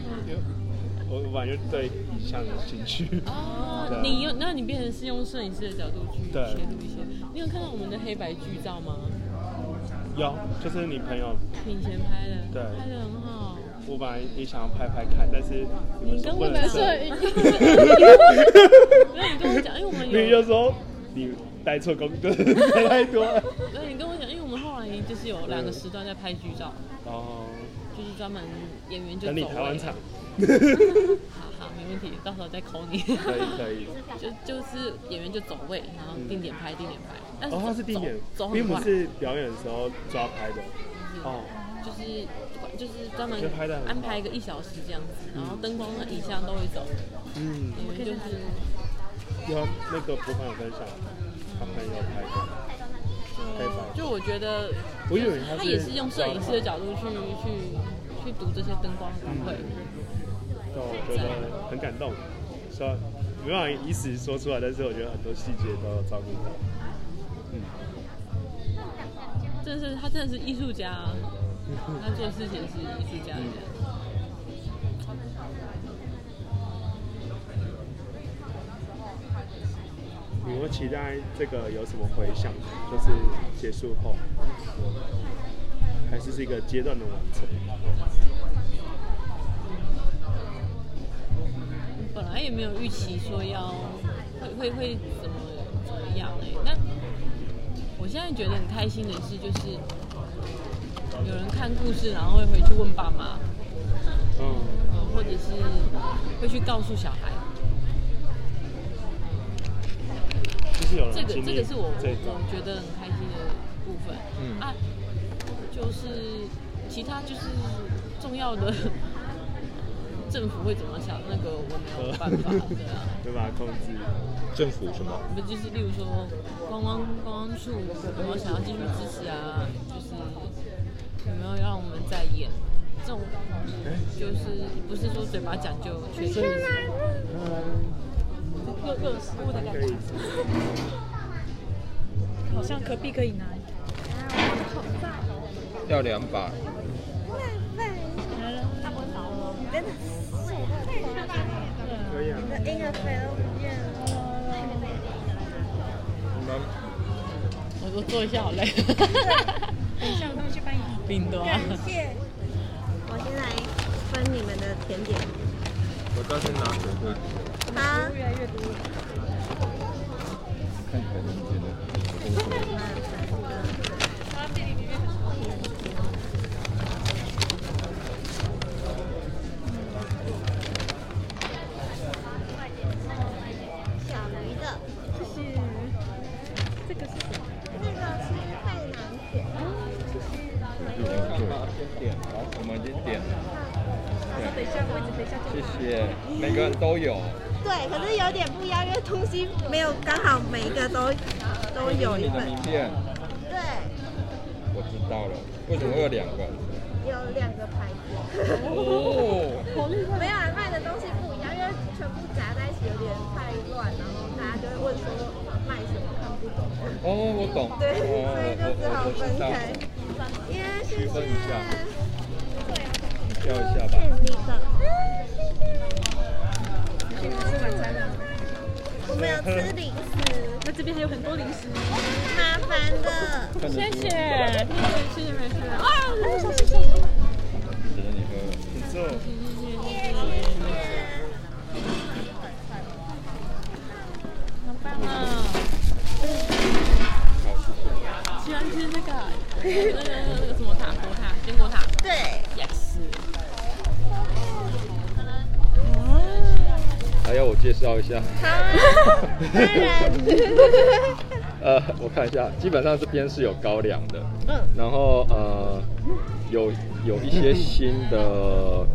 J: 我本来就对像有兴趣。
A: 哦
J: 啊
A: 你用，那你变成是用摄影师的角度去
J: 对
A: 切入一些。你有看到我们的黑白剧照吗？
J: 有，就是你朋友，
A: 你以前 拍的，
J: 对
A: 拍的很好。
J: 我本来也想要拍拍看，但是你们
A: 你
J: 说
A: 跟
J: 不
A: 我
J: 能
A: 讲，
J: 摄 影，
A: 那你跟我讲，因为我们有，
J: 你就说你带错工作，带太多 了。
A: 那你跟我讲，因为我们后来就是有两个时段在拍剧照，
J: 哦，
A: 就是专门演员就走
J: 等你
A: 位
J: 台湾场
A: 好好，没问题，到时候再扣你。
J: 可以可以。
A: 就就是演员就走位，然后定点拍，定点拍。但是
J: 哦，他是定
A: 走
J: 点
A: 走，很
J: 并不
A: 快，嗯
J: 是表演的时候抓拍的。哦，
A: 就是就是专门
J: 就拍得很好
A: 安排一个一小时这样子，然后灯光、影像都会走。
J: 嗯，
A: 演员就是
J: 有那个博凡有分享，他朋友拍的，黑白。
A: 就我觉得，
J: 我以为他
A: 他
J: 是
A: 也是用摄影师的角度去去去读这些灯光工会。
J: 让我觉得很感动，说没办法一时说出来，但是我觉得很多细节都有照顾到。嗯，
A: 真的是他真的是艺术家、 啊， 他做事情是艺术家这样。
J: 你会期待这个有什么回响？就是结束后，还是是一个阶段的完成？
A: 本来也没有预期说要会会会怎么怎么样哎、那我现在觉得很开心的事就是，有人看故事，然后会回去问爸妈，
J: 嗯，
A: 嗯，或者是会去告诉小孩，
J: 就是有人
A: 这个
J: 经
A: 这
J: 历
A: 个是我我
J: 这一段
A: 我觉得很开心的部分。
J: 嗯
A: 啊，就是其他就是重要的政府会怎么想，那个我没有办法，
J: 呃
A: 对啊。
J: 对吧？控制
C: 政府什么？
A: 不就是例如说观光观光处有没有想要继续支持啊？就是有没有让我们再演这种，
J: 哎
A: 就是不是说嘴巴讲就确实
K: 又又有食物的感觉。好像隔壁可以拿。
C: 要两把。
K: 他不会打我。
N: 真的是，
J: 可以啊
N: 你的婴儿肥都不见了。
C: 你们
A: 我我坐一下好累，
N: 很想东西帮你。
A: 顶多啊。
N: 感谢。我先来分你们的甜点。
C: 我到先拿水会
N: 好。
K: 越来越多。
C: 看起来怎么觉得？
N: 小鱼的。谢谢。这个是什么？这个是太南卷。
C: 我们已经点了，
K: 等一下，位置等一下就
C: 谢谢，每个人都有。
N: 对，可是有点不一样，因为东西没有刚好每一个都都有一
C: 你的
N: 份
C: 名。片，
N: 对，
C: 我知道了，为什么会有两个？
N: 有两个牌子。
C: 哦
N: 没有卖的东西不一样，因为全部夹在一起有点太乱，然后大家就会问说卖什么看不懂。
C: 哦，我懂。
N: 对
C: 哦
N: 所以就只好
C: 我我我知道
N: 分开耶，谢
J: 区
N: 谢。
J: 分一下，
N: 啊这
J: 要一下吧。
N: 里的，
K: 去吃晚餐了。
N: 我们有吃零食，
K: 那这边还有很多零食。
N: 麻烦了。
K: 谢谢，谢谢美食。啊，谢谢谢谢。
M: 谢谢你喝。
J: 不错。
A: 喜欢吃那个那个那个什么塔，果塔，坚果塔。
N: 对
A: ，yes。
C: 还要我介绍一下？
N: 好 啊，当然。
C: 呃， 我看一下，基本上这边是有高粱的，
N: 嗯
C: 然后呃，有有一些新的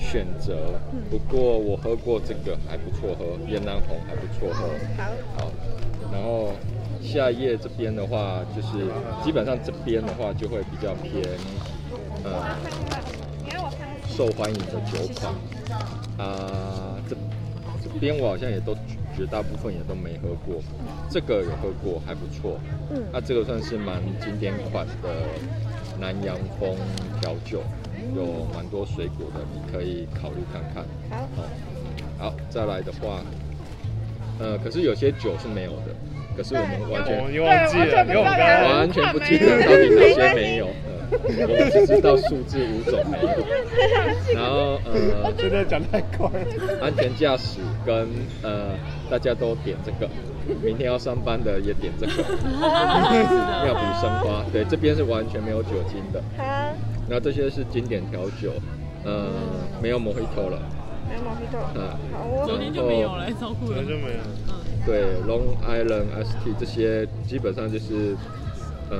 C: 选择，不过我喝过这个还不错喝，燕南红还不错喝，好，然后下一页这边的话，就是基本上这边的话就会比较偏，呃，受欢迎的酒款，啊、这这边我好像也都绝大部分也都没喝过，这个有喝过还不错，
N: 嗯
C: 那、这个算是蛮经典款的南洋风调酒，有蛮多水果的，你可以考虑看看。
N: 好
C: 好，再来的话，呃，可是有些酒是没有的，可是我们完全
J: 我又忘记了，因为我刚刚
C: 完全不记得到底哪些没有，呃，我们只知道数字五种没有。 然后呃，
J: 真的讲太快了。
C: 安全驾驶跟呃，大家都点这个，明天要上班的也点这个，妙笔生花。对，这边是完全没有酒精的。
N: 好，
C: 然后这些是经典调酒，呃，没有 Mojito 了，
N: 没有毛皮豆。
C: 呃，
N: 好哦
A: 昨天就没有了，超酷的。
J: 就没有。
C: 对，Long Island ST 这些基本上就是呃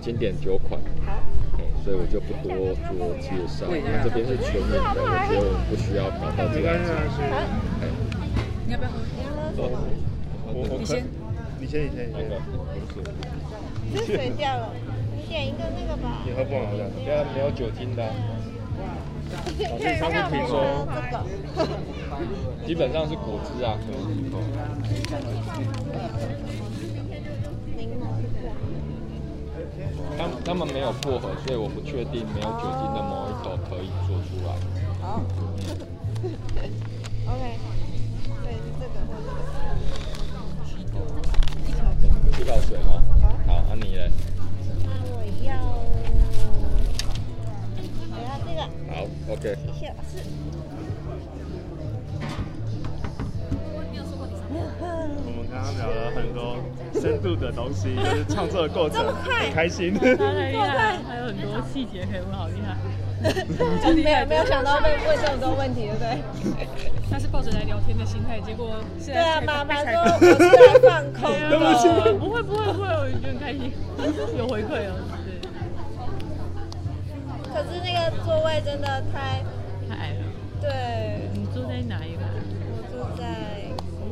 C: 经典酒款，嗯所以我就不多做介绍。那这边是纯饮的，我觉得我们不需要搞到这
J: 没
C: 个
J: 关
C: 程
J: 系，没
C: 度。
J: 关系。
C: 哎
K: 你要不要喝？
J: 我我
K: 你先，
J: 你先，你先，你先。
N: 这水掉了，你点一个那个吧。
J: 你喝不完好像。
C: 对啊，没有酒精的啊、
N: 可以
C: 上次
N: 让
C: 听
N: 我
C: 说
N: 喝这个。
C: 基本上是果汁啊，可能以后。他他们没有薄荷，所以我不确定没有酒精的某一种可以做出来。
N: 好。OK。对，是这个或
C: 气泡水吗？好，那、你嘞？
N: 我要，我要这个，
C: 好，OK。
N: 谢谢老师。
J: 我们刚刚聊了很多深度的东西，就是创作的过
N: 这
J: 程，
N: 么快
J: 很开心。
A: 他太厉害了，还有很多细节可以问，好厉害。
K: 没有没有想到被问这么多问题，对不对？他是抱着来聊天的心态，结果现
N: 对啊
K: 在
N: 妈妈
K: 才
N: 说我 是来放空的
A: 对啊不会不会不会，我觉得很开心，有回馈哦，对，
N: 可是那个座位真的太，
A: 太矮了。
N: 对，
A: 你坐在哪一个？
N: 我坐在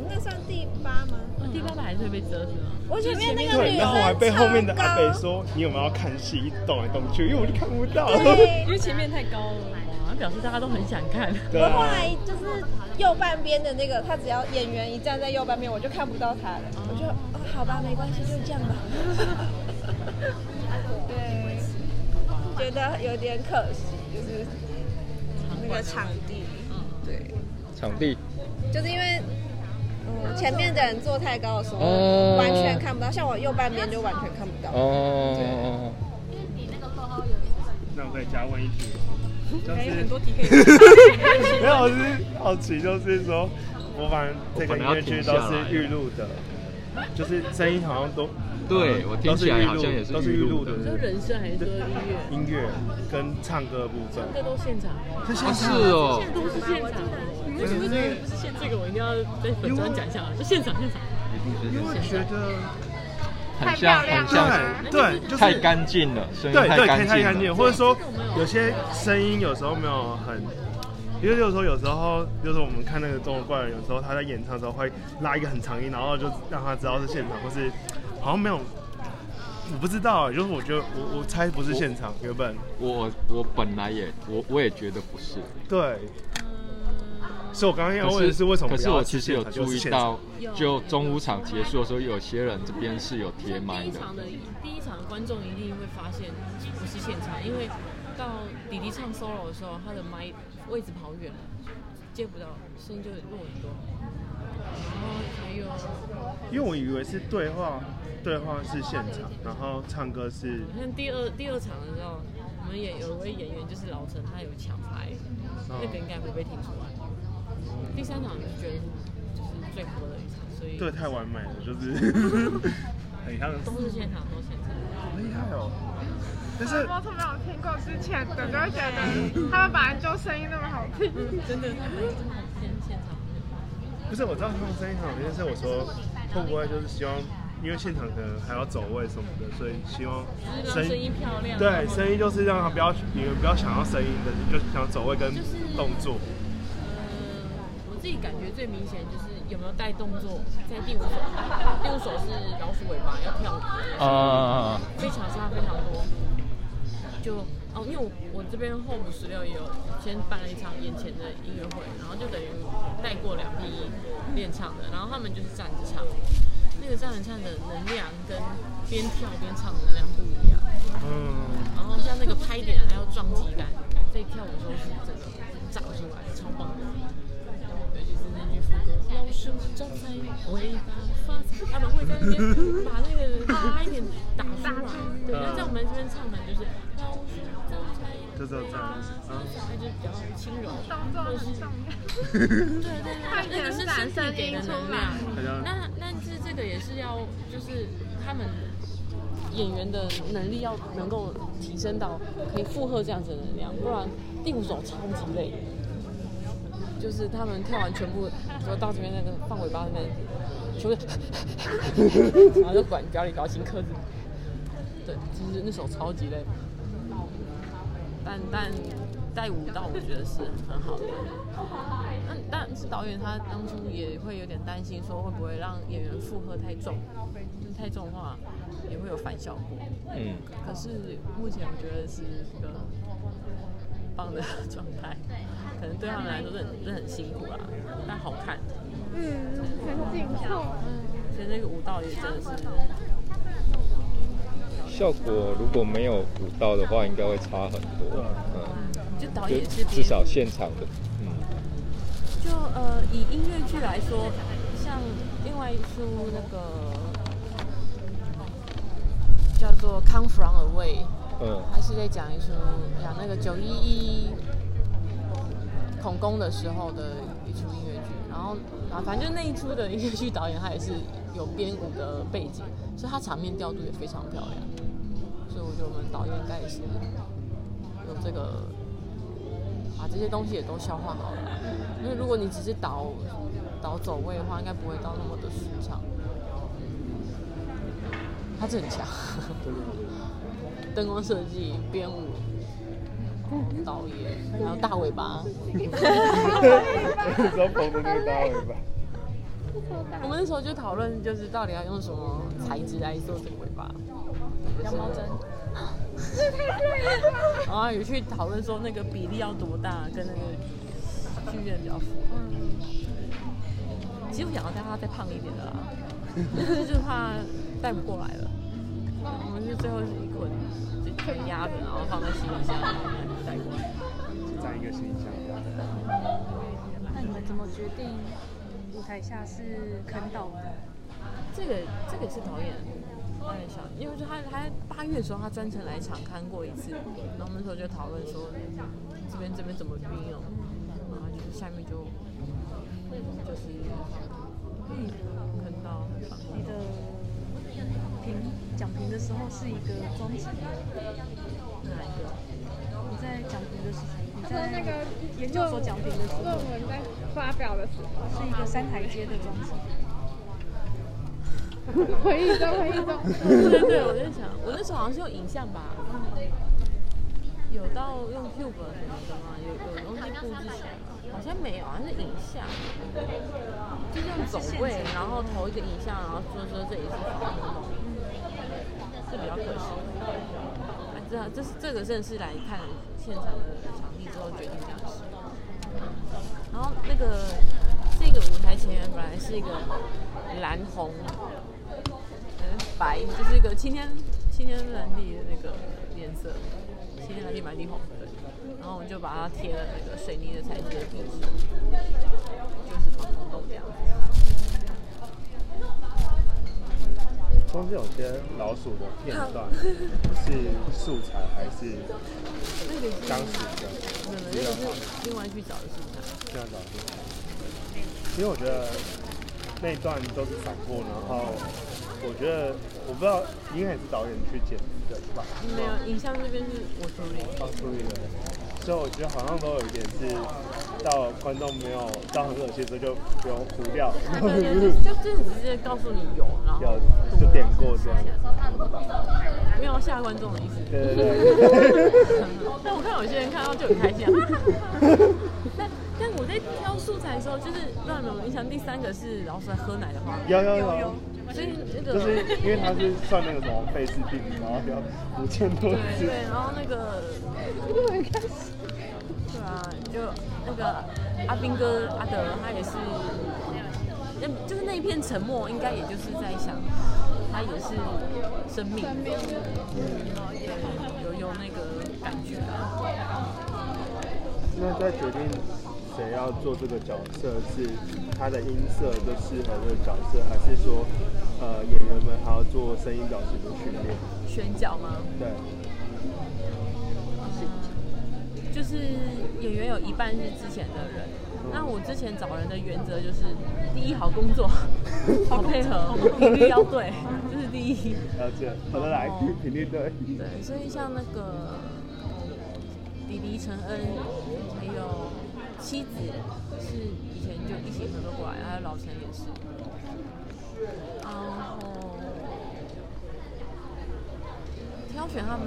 N: 那算第八吗？
A: 哦第八排还是会被遮是吗？
N: 我前面那个
J: 对，
N: 女
J: 然后我还被后面的
N: 生
J: 阿
N: 超
J: 北
N: 高
J: 说你有没有要看戏，动来动去，因为我就看不到。
N: 对
A: 因为前面太高了嘛，表示大家都很想看。
J: 对
N: 我
J: 啊
N: 后来就是右半边的那个，他只要演员一站在右半边，我就看不到他了。
A: 哦
N: 我就啊，好吧，没关系，就这样 吧。对，觉得有点可惜，就是那个场地，对，
C: 场地
N: 就是因为。嗯，前面的人坐太高的时候，
C: 哦
N: 完全看不到。像我右半边就完全看不到。
C: 哦，
J: 那我可以加问一 题，就是
K: 还有很
J: 没
K: 多题可 以问
J: 有，我是好奇，就是说我反正这个音乐剧都是预录的，就是声音好像都
C: 对
J: 呃
C: 我听起来好像也是
J: 都是
C: 预
J: 预
C: 录
J: 录
C: 的
J: 的，
A: 你说人声还是说音乐？
J: 音乐跟唱歌的部分。
A: 这都现场，
J: 这现
C: 场是哦
A: 这都是现场。你为什么觉得不是现？这个我一定要在本专讲一下啊，就现场现场。
J: 因为觉得
C: 很像很像
J: 对对就是
C: 太干净了，声音
J: 对对，可以
C: 干
J: 太干
C: 净
J: 净，
C: 了。
J: 或者说有些声音有时候没有很，因为就是说有时候就是我们看那个中国怪人，有时候他在演唱的时候会拉一个很长音，然后就让他知道是现场，或是好像没有，我不知道，就是我觉得我我猜不是现场原本，
C: 我我本来也我我也觉得不是，
J: 对，所以我刚刚要问的是为什么
D: 可
J: 不
D: 是
J: 要
D: 我
J: 吃
D: 其实
J: 现
D: 有
J: 场就
D: 注
J: 是
D: 意
J: 现
D: 到
J: 场？，
D: 就中午场结束的时候，有些人这边是有贴麦
A: 第一
D: 的。
A: 场的第一场观众一定会发现不是现场，因为到迪迪唱 solo 的时候，他的麦位置跑远了，接不到，声音就弱很多。然后还有
J: 因为我以为是对话，对话是现场，然后唱歌是
A: 好像第二第二场的时候，我们演有一位演员就是老陈，他有抢拍，
J: 哦
A: 那个应该不会被听出来。
D: 哦
A: 第三场就觉得就是最火的一场，所以
J: 对太完美了，就是 很像
A: 都是现场，都是现场。
J: 厉
A: 哎
J: 害哦。
O: 但是我从没有听过之前的，就会觉得他们本来就声音那么好听，
A: 真的，他们真的现现场。
J: 不是，我知道他们声音很好听，但是我说会不会就是希望，因为现场可能还要走位什么的，所以希望
A: 就是让声音漂亮然
J: 对，
A: 后
J: 声音就是让他不要，你们不要想要声音的，你就想走位跟动作。
A: 我自己感觉最明显就是有没有带动作，在第五首，第五首是老鼠尾巴要跳舞，
H: 啊
A: 非常差非常多。就哦，因为我我这边 Home 十六也有先办了一场眼前的音乐会，然后就等于带过两批练唱的，然后他们就是站着唱，那个站着唱的
O: 嗯
A: 能量跟边跳边唱的能量不一样，
J: 嗯，
A: 然后像那个拍点还有撞击感，在跳舞的时候是整个炸出来，超棒的。尤其是那句副歌“老鼠招财，尾巴发财”，他们会啊在那边把那个拍点打出来。对，那在我们这边唱的就是“老鼠招财”，
J: 就这样这样啊
A: 它就比较轻柔，或者是 对对
J: 对
A: 对，
O: 快
A: 那
O: 点
A: 个是
O: 把
A: 身体
O: 声
A: 给
O: 音
A: 的
O: 出
A: 能
O: 来
A: 量。
J: 好像
A: 那但是这个也是要，就是他们演员的能力要能够提升到可以负荷这样子的能量，不然第五首超级累。就是他们跳完全部，就到这边那个放尾巴那边，全部，然后就 管表里高兴克制。对，就是那首超级累，但但带舞蹈我觉得是很好的。那 但是导演他当初也会有点担心，说会不会让演员负荷太重，就是太重的话也会有反效果。
C: 嗯，
A: 可是目前我觉得是一个很棒的状态，可能对他们来说是很是很辛苦啦，但好看。
O: 嗯，很紧凑。
A: 所以那个舞蹈也真的是
P: 效果如果没有舞蹈的话，应该会差很多。
A: 就
P: 嗯，
A: 导
P: 就
A: 演是
P: 至少现场的，嗯，
A: 就呃，以音乐剧来说，像另外一出那个叫做《Come From Away》，
P: 嗯
A: 它是在讲一出讲那个九一一恐攻的时候的一出音乐剧，然后啊，反正就那一出的音乐剧导演他也是有编舞的背景，所以他场面调度也非常漂亮，所以我觉得我们导演应该也是有这个把这些东西也都消化好了。因为如果你只是导导走位的话，应该不会到那么的舒畅。他这很强，灯光设计、编舞、导演，还有大尾巴。
J: 只要捧着那个大尾巴。
A: 我们那时候就讨论，就是到底要用什么材质来做这个尾巴，羊毛针。然后有去讨论说那个比例要多大，跟那个剧院比较符合。其实我想要带它再胖一点的啦，啊 就是怕带不过来了。我们是最后是一捆就全压着，然后放在行李箱里面带过来。
J: 占一个形象。
K: 那你们怎么决定舞台下是肯导的？
A: 这个这个也是导演导演想，因为就他他八月的时候他专程来场看过一次，然后我们那时候就讨论说这边这边怎么运用，然后就是下面就就是嗯看到
K: 你的评讲评的时候是一个装置吗？
A: 哪一个？
K: 你在讲评的时候，你
O: 他说
K: 在
O: 那个
K: 研究所讲评的时候，
O: 论文在发表的时候，
K: 是一个三台阶的装置。
O: 回忆中回忆中
A: 对对对，我在想，我那时候好像是用影像吧，有到用 Cube 什么的吗？有有东西布置起来吗，好像没有，好像是影像，就是用走位，然后投一个影像，然后说说这里是什么，这比较可惜。啊，这这是这个正式来看现场的场地之后决定这样子。然后那个这个舞台前缘本来是一个蓝红、呃白，就是一个青天青天蓝地的那个颜色，青天蓝地白地红。对，然后我们就把它贴了那个水泥的材质的地基，就是防空洞这样子。
J: 中间有些老鼠的片段是素材还是
A: 那个是
J: 当时的？
A: 没有，
J: 是
A: 没有那
J: 要
A: 个是另外去找的素材。
J: 这样找素材。因为我觉得那一段都是散步，然后我觉得我不知道，应该也是导演去剪的吧？
A: 没有，影像这边是我处理。
J: 哦，处理了。所以我觉得好像都有一点是到观众没有到很恶心的时候就不用糊掉，
A: 对就就只是告诉你有，然后
J: 要就点过这样。
A: 没有吓观众的意思。
J: 对对对
A: 但我看有些人看到就很开心、啊，哈哈哈哈但但我在挑素材的时候，就是不知道有没有印象，第三个是老鼠在喝奶的画面。
J: 有有有
A: 所以那个
J: 就是因为他是算那个什么费氏定理，然后要五千多
A: 对
J: 次
A: 对，，然后那个，对啊，就那个阿斌哥阿德，他也是，那就是那一片沉默，应该也就是在想，他也是生命，有有那个感觉啊。
J: 那在决定谁要做这个角色，是他的音色就适合这个角色，还是说呃演员们还要做声音表情的训练？
A: 选角吗？
J: 对，
A: 就是演员有一半是之前的人。那我之前找人的原则就是，第一好工作，好配合，比率要对，这是第一。
J: 了解，合得来，频率对。
A: 对，所以像那个迪迪陈恩，还有妻子是以前就一起合作过来，还有老陈也是。然后挑选他们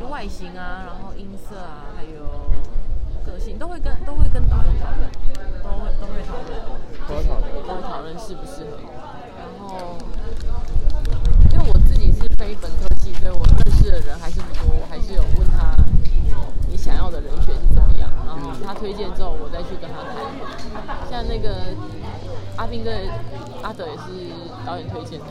A: 的外形啊，然后音色啊，还有个性，都会跟都会跟导演讨论，都会都会讨论，
J: 都会讨论
A: 都会讨论适不适合。然后，因为我自己是非本科系，所以我认识的人还是不多，我还是有问他你想要的人选是怎么样，然后他推荐之后，我再去跟他谈。像那个阿斌跟阿德也是导演推荐的。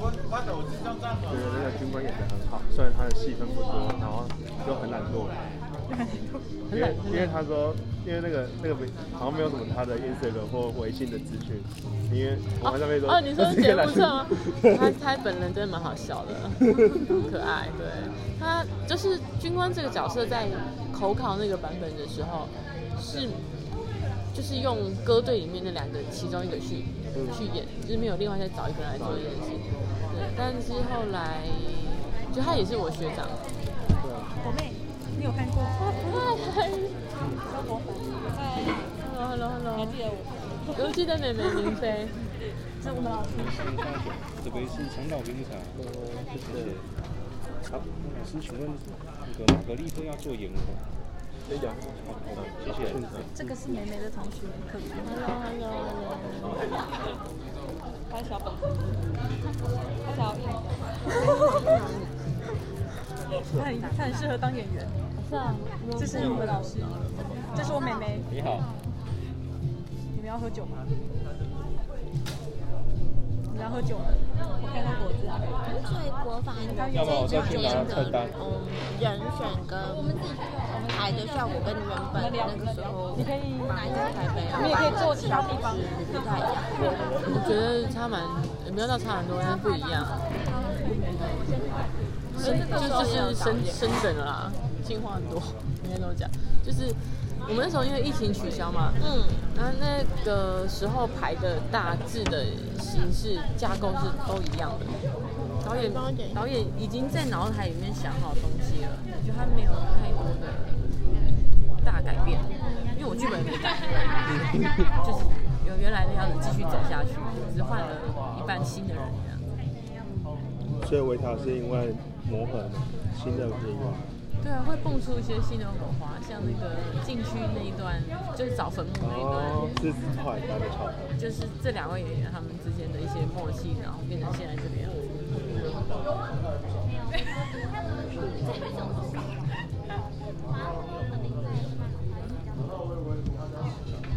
J: 觉得那个军官演得很好，虽然他的戏份不多，然后就很懒惰。因为因为他说，因为那个那个没好像没有什么他的 Instagram 或微信的资讯，因为我还在那边说
A: 哦，你说
J: 我是一
A: 节
J: 个
A: 目
J: 懒？
A: 册吗他他本人真的蛮好笑的，很可爱。对他就是军官这个角色在口考那个版本的时候是。就是用歌队里面的两个其中一个去、去演，就是没有另外再找一个人来做这件事。对，但是后来就他也是我学长，
L: 我妹，你有看过？
A: Hello Hello Hello，还记得我？我记得妹妹林飞，是我们老师。
M: 这杯是长岛冰茶，谢谢。好，那老师，请问那个玛格丽特要做盐吗？可以啊。好，谢谢。
L: 这个是梅梅的同学，可不
A: Hello Hello Hello，拍小本，拍小本。
L: 他很他很适合当演员。是啊，这是我们老师，这是我妹妹。
M: 你好。
L: 你们要喝酒吗？你们要喝酒吗？我看到果子啊。
Q: 对国防
M: 要不然我再去拿菜单。
Q: 人选跟排的像我跟原本那个时候，你可以买在台北，啊
L: 你也可以坐其他地方
Q: 不太一样。
A: 我觉得差蛮，也没有到差很多，但是不一样。深就就是深深整了啦，进化很多，应该这么讲。就是我们那时候因为疫情取消嘛，嗯，然后那个时候排的大致的形式架构是都一样的。导演导演已经在脑海里面想好东西了，我觉得他没有太多的大改变，因为我剧本也没改，就是有原来的样子继续走下去，只是换了一半新的人这样。
J: 所以微调是因为磨合嘛，新的演员。
A: 对啊，会蹦出一些新的火花，像那个禁区那一段，就是找坟墓那一段，
J: 哦，是超海搭的超。
A: 就是这两位演员他们之间的一些默契，然后变成现在这个样子。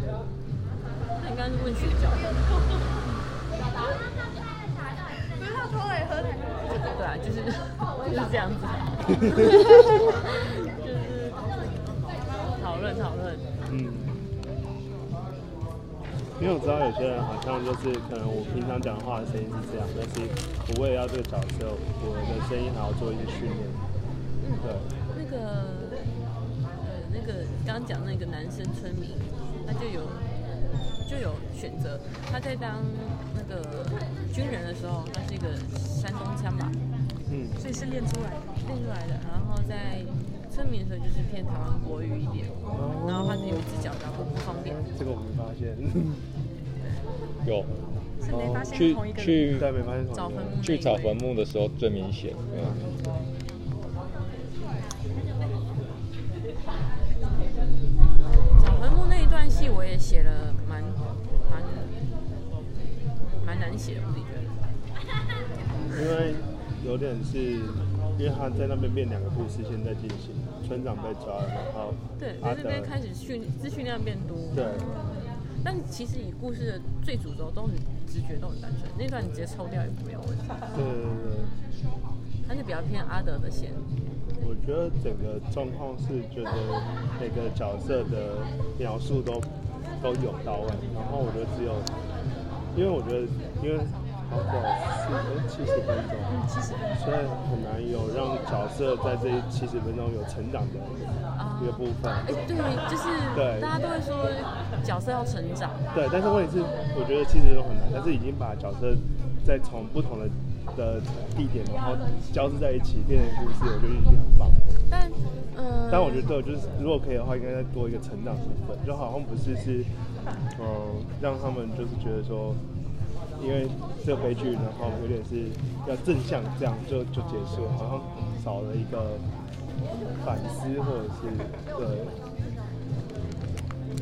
A: 那你刚刚是问谁教的？对啊，就是 就是这样 子，就是讨论讨论。
J: 嗯，因为我知道有些人好像就是可能我平常讲话的声音是这样，但是我为了要这个角色，我的声音还要做一些训练。对，
A: 那个呃，那个刚刚讲那个男生村民，他就有就有选择，他在当那个军人的时候，他是一个山东腔吧，
J: 嗯，
A: 所以是练出来的，啊练出来的。然后在村民的时候就是偏台湾国语一点，然后他是有一只脚然后不方便，
J: 这个我没发现。
C: 有
A: 是没发现
C: 去
A: 同一
P: 哦
A: 个人
C: 去
J: 对没发现
A: 同一个人
C: 去找坟墓的时候最明显，嗯，
A: 找坟墓那一段戏我也写了蛮蛮蛮难写的，我自己觉得。
J: 因为有点是，因为他在那边变两个故事线在进行，村长被抓了，然后
A: 对，
J: 阿
A: 在这
J: 德
A: 边开始训资讯量变多。
J: 对。
A: 但其实以故事的最主轴都很直觉，都很单纯。那段你直接抽掉也没有问题。
J: 对对对，
A: 它就比较偏阿德的线。
J: 我觉得整个状况是觉得每个角色的描述都都有到位，然后我觉得只有，因为我觉得因为好久四哎七十分钟，
A: 嗯七十分
J: 所以很难有让角色在这七十分钟有成长的一个部分。
A: 哎，对，就是
J: 对
A: 大家都会说角色要成长。
J: 对，但是问题是，我觉得其实都很难，但是已经把角色再从不同的的地点，然后交织在一起，变成故事，我觉得已经很棒。
A: 但嗯，
J: 但我觉得对，就是如果可以的话，应该再多一个成长部分，就好像不是是，嗯、让他们就是觉得说，因为这个悲剧，然后有点是要正向这样就就结束，好像少了一个反思或者是对。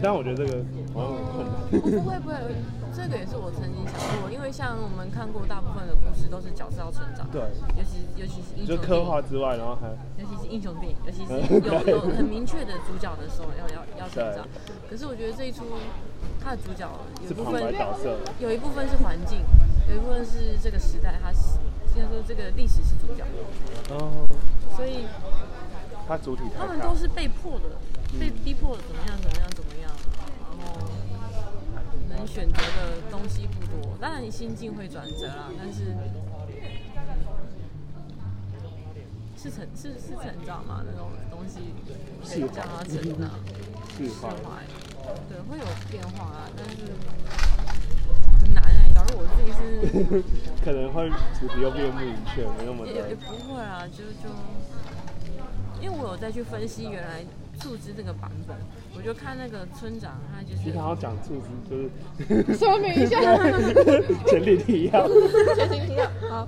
J: 但我觉得这个好像很困难。
A: 不是会不会有这个也是我曾经想过，因为像我们看过大部分的故事都是角色要成长，
J: 对
A: 尤其尤其是英
J: 就
A: 雄
J: 刻
A: 电
J: 画
A: 影，
J: 之外，然后还
A: 尤其是英雄电影，尤其 是有有很明确的主角的时候要要要成长。可是我觉得这一出它的主角有一
J: 是
A: 部
J: 旁白
A: 分
J: 角色
A: 有一部分是环境，有一部分是这个时代，它是应该说这个历史是主角，
J: 哦，
A: 所以
J: 他主体
A: 他
J: 太
A: 们
J: 大
A: 哦都，是被迫的，被
J: 嗯
A: 逼迫的怎么样怎么样怎么样，然后能选择的东西不多，当然你心境会转折啦，但是是成是是成长嘛，那种东西可以
J: 释怀
A: 叫它成长，啊
J: 释怀
A: 怀，对，会有变化啊，但是很难哎、假如我自己是 嗯
J: 可能会主题又变不明确，没那么
A: 也也
J: 的。
A: 不会啊，就就，因为我有再去分析原来树枝这个版本，我就看那个村长，他就
J: 你
A: 是
J: 想要讲处之，就是
A: 说明一下
J: 前提提 要，
A: 全情提要，好，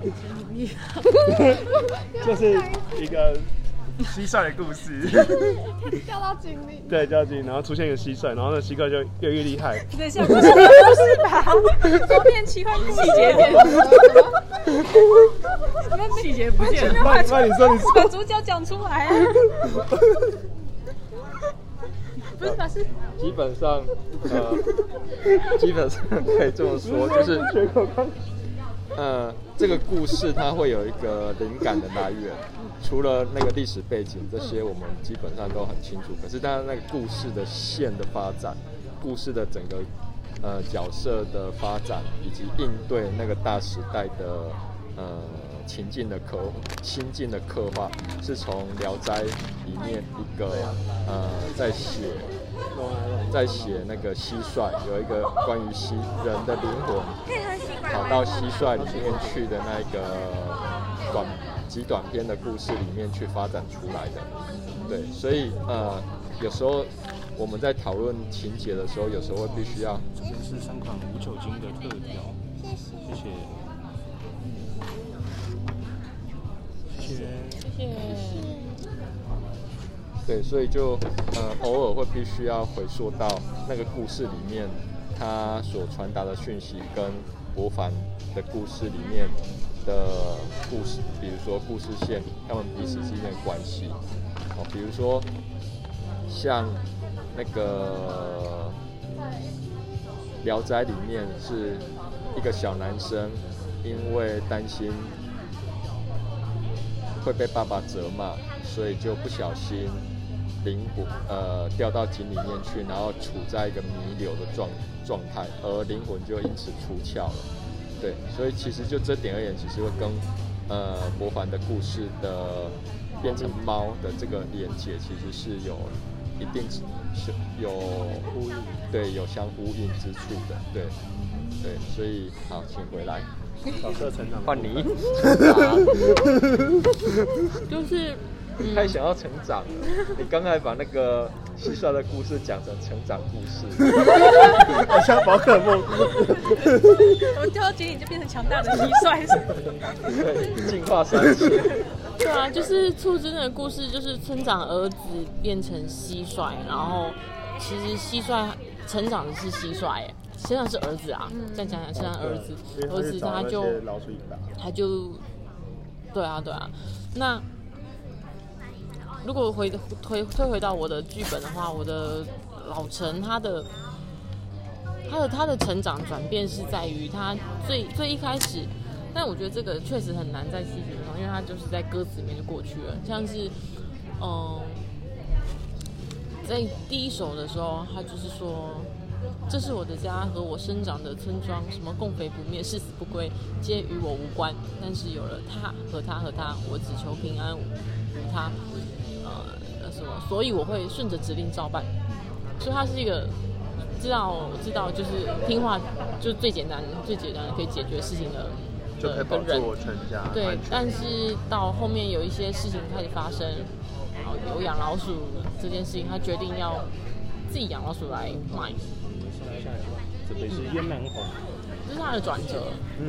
A: 全情提要，
J: 就是一个 蟋蟀的故 事。
K: 掉到井里。
J: 对，交警，然后出现一个蟋蟀，然后那蟋蟀就越来越厉害。
K: 等一 下，不是不是吧？昨天奇幻故事
A: 细节片
K: 细节不
J: 见了那你那你说你说
K: 把主角讲出来 啊！不是吧？是
C: 基本上 呃，基本上可以这么说，就是呃，这个故事它会有一个灵感的来源，除了那个历史背景这些，我们基本上都很清楚。可是，当然那个故事的线的发展，故事的整个呃角色的发展，以及应对那个大时代的呃情境的刻心境的刻画，是从《聊斋》里面一个呃在写在写那个蟋蟀，有一个关于蟋人的灵魂。跑到蟋蟀里面去的那个短极短篇的故事里面去发展出来的。对，所以呃，有时候我们在讨论情节的时候，有时候必须要
R: 这边是三款无酒精的特调，谢谢。
J: 谢谢。
L: 谢谢。
C: 对，所以就呃偶尔会必须要回溯到那个故事里面，它所传达的讯息跟博凡的故事里面的故事，比如说故事线，他们彼此之间的关系，哦，比如说像那个《聊斋》里面是一个小男生，因为担心会被爸爸责骂，所以就不小心灵骨呃掉到井里面去，然后处在一个弥留的状状态，而灵魂就因此出窍了。对，所以其实就这点而言，其实会跟呃博凡的故事的变成猫的这个连接，其实是有一定是有呼应，对，有相呼应之处的，对，对，所以好，请回来。
J: 角色成长，，
C: 换你 就是
A: 嗯
C: 太想要成长了。你刚才把那个蟋蟀的故事讲成成长故 事，
J: 好像宝可梦。
L: 我掉到井里就变成强大的蟋蟀。
C: 进化三千。
A: 对啊，就是促真的故事，就是村长儿子变成蟋蟀，然后其实蟋蟀成长的是蟋蟀，哎，成长是儿子啊，这样讲讲，成长儿子，
J: 嗯
A: 儿子他就
J: 老鼠一打，
A: 他就，对啊对啊，那如果回推推回到我的剧本的话，我的老陈他的他的他的成长转变是在于他最最一开始，但我觉得这个确实很难在戏剧上，因为他就是在歌词里面就过去了，像是嗯，在第一首的时候，他就是说。这是我的家和我生长的村庄，什么共匪不灭，誓死不归，皆与我无关。但是有了他和他和他，我只求平安无他。呃，什么？所以我会顺着指令照办。所以他是一个知道知道就是听话，就是最简单最简单的可以解决事情的
J: 就可以保住我全家。
A: 对，但是到后面有一些事情开始发生，然后有养老鼠这件事情，他决定要自己养老鼠来卖。
M: 这里是鸳鸯红，
A: 这是他的转折。
M: 嗯，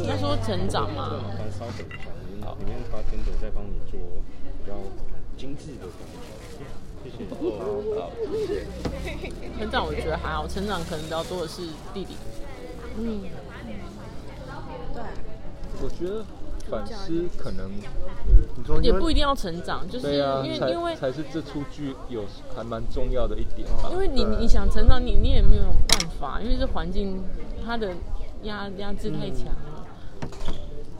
A: 应该说成长嘛
M: 燃烧的房，里面八天的在帮你做比较精致的东西。谢谢。
C: 好，谢谢。
A: 成长我觉得还好，成长可能比较多的是弟弟。嗯，
J: 嗯
Q: 对，
C: 我觉得反思可能
A: 也不一定要成长，就是
C: 对啊，
A: 因为
C: 才
A: 因为
C: 才是这出剧有还蛮重要的一点吧。
A: 因为你你想成长，你你也没有办法，因为这环境它的压压制太强了。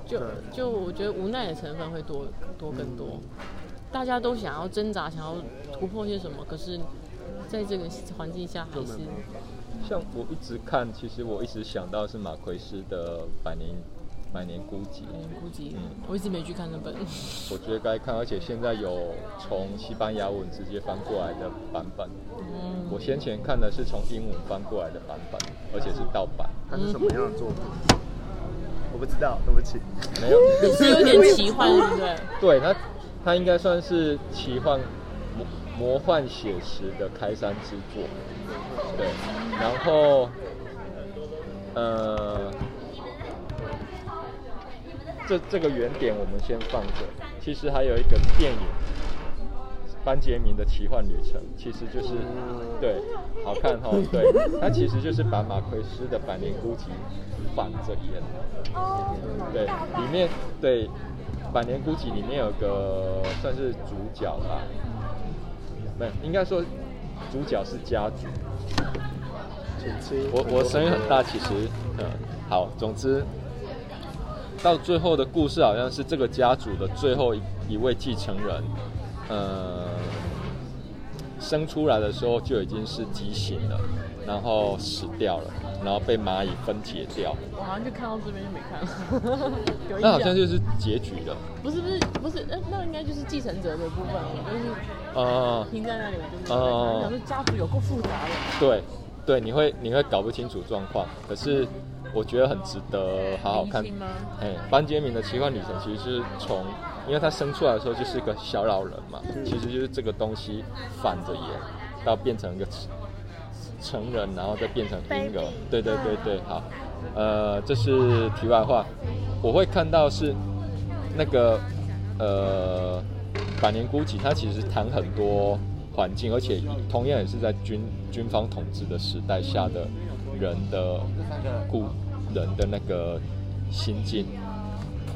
A: 就就我觉得无奈的成分会多多更多，大家都想要挣扎，想要突破些什么，可是在这个环境下还是
C: 像我一直看，其实我一直想到是马奎斯的《百年百年孤寂》。百年
A: 孤寂，嗯，我一直没去看那本。
C: 我觉得该看，而且现在有从西班牙文直接翻过来的版本。
A: 嗯
C: 我先前看的是从英文翻过来的版本，而且是盗版。
J: 它是什么样的作品？我不知道，对不起。
C: 没有，
A: 是有点奇幻，对不对？
C: 对，它它应该算是奇幻魔魔幻写实的开山之作。对，然后呃，这这个原点我们先放着。其实还有一个电影《班杰明的奇幻旅程》，其实就是对，好看哈、对，它其实就是把马奎斯的《百年孤寂》反着演。对，里面对《百年孤寂》里面有个算是主角吧，没有，应该说主角是家族。我我声音很大，其实，嗯，好，总之，到最后的故事好像是这个家族的最后一一位继承人，呃，生出来的时候就已经是畸形了，然后死掉了，然后被蚂蚁分解掉，
A: 我好像就看到这边就没看了。 有印
C: 那好像
A: 象
C: 就是结局了。
A: 不是不是不是，那呃那应该就是继承者的部分，我
C: 哦
A: 就是停在那里，我就没
C: 哦
A: 有看。我想说家族有够复杂的，
C: 对，对，你会你会搞不清楚状况，可是我觉得很值得好好看
A: 明星吗。
C: 哎，班杰明的奇幻旅程其实是从，因为他生出来的时候就是个小老人嘛，其实就是这个东西反着演，到变成一个成成人，然后再变成婴儿。对对对对，好，呃，这是题外话，我会看到是那个呃，百年孤寂，它其实谈很多环境，而且同样也是在军军方统治的时代下的人的故人的那个心境，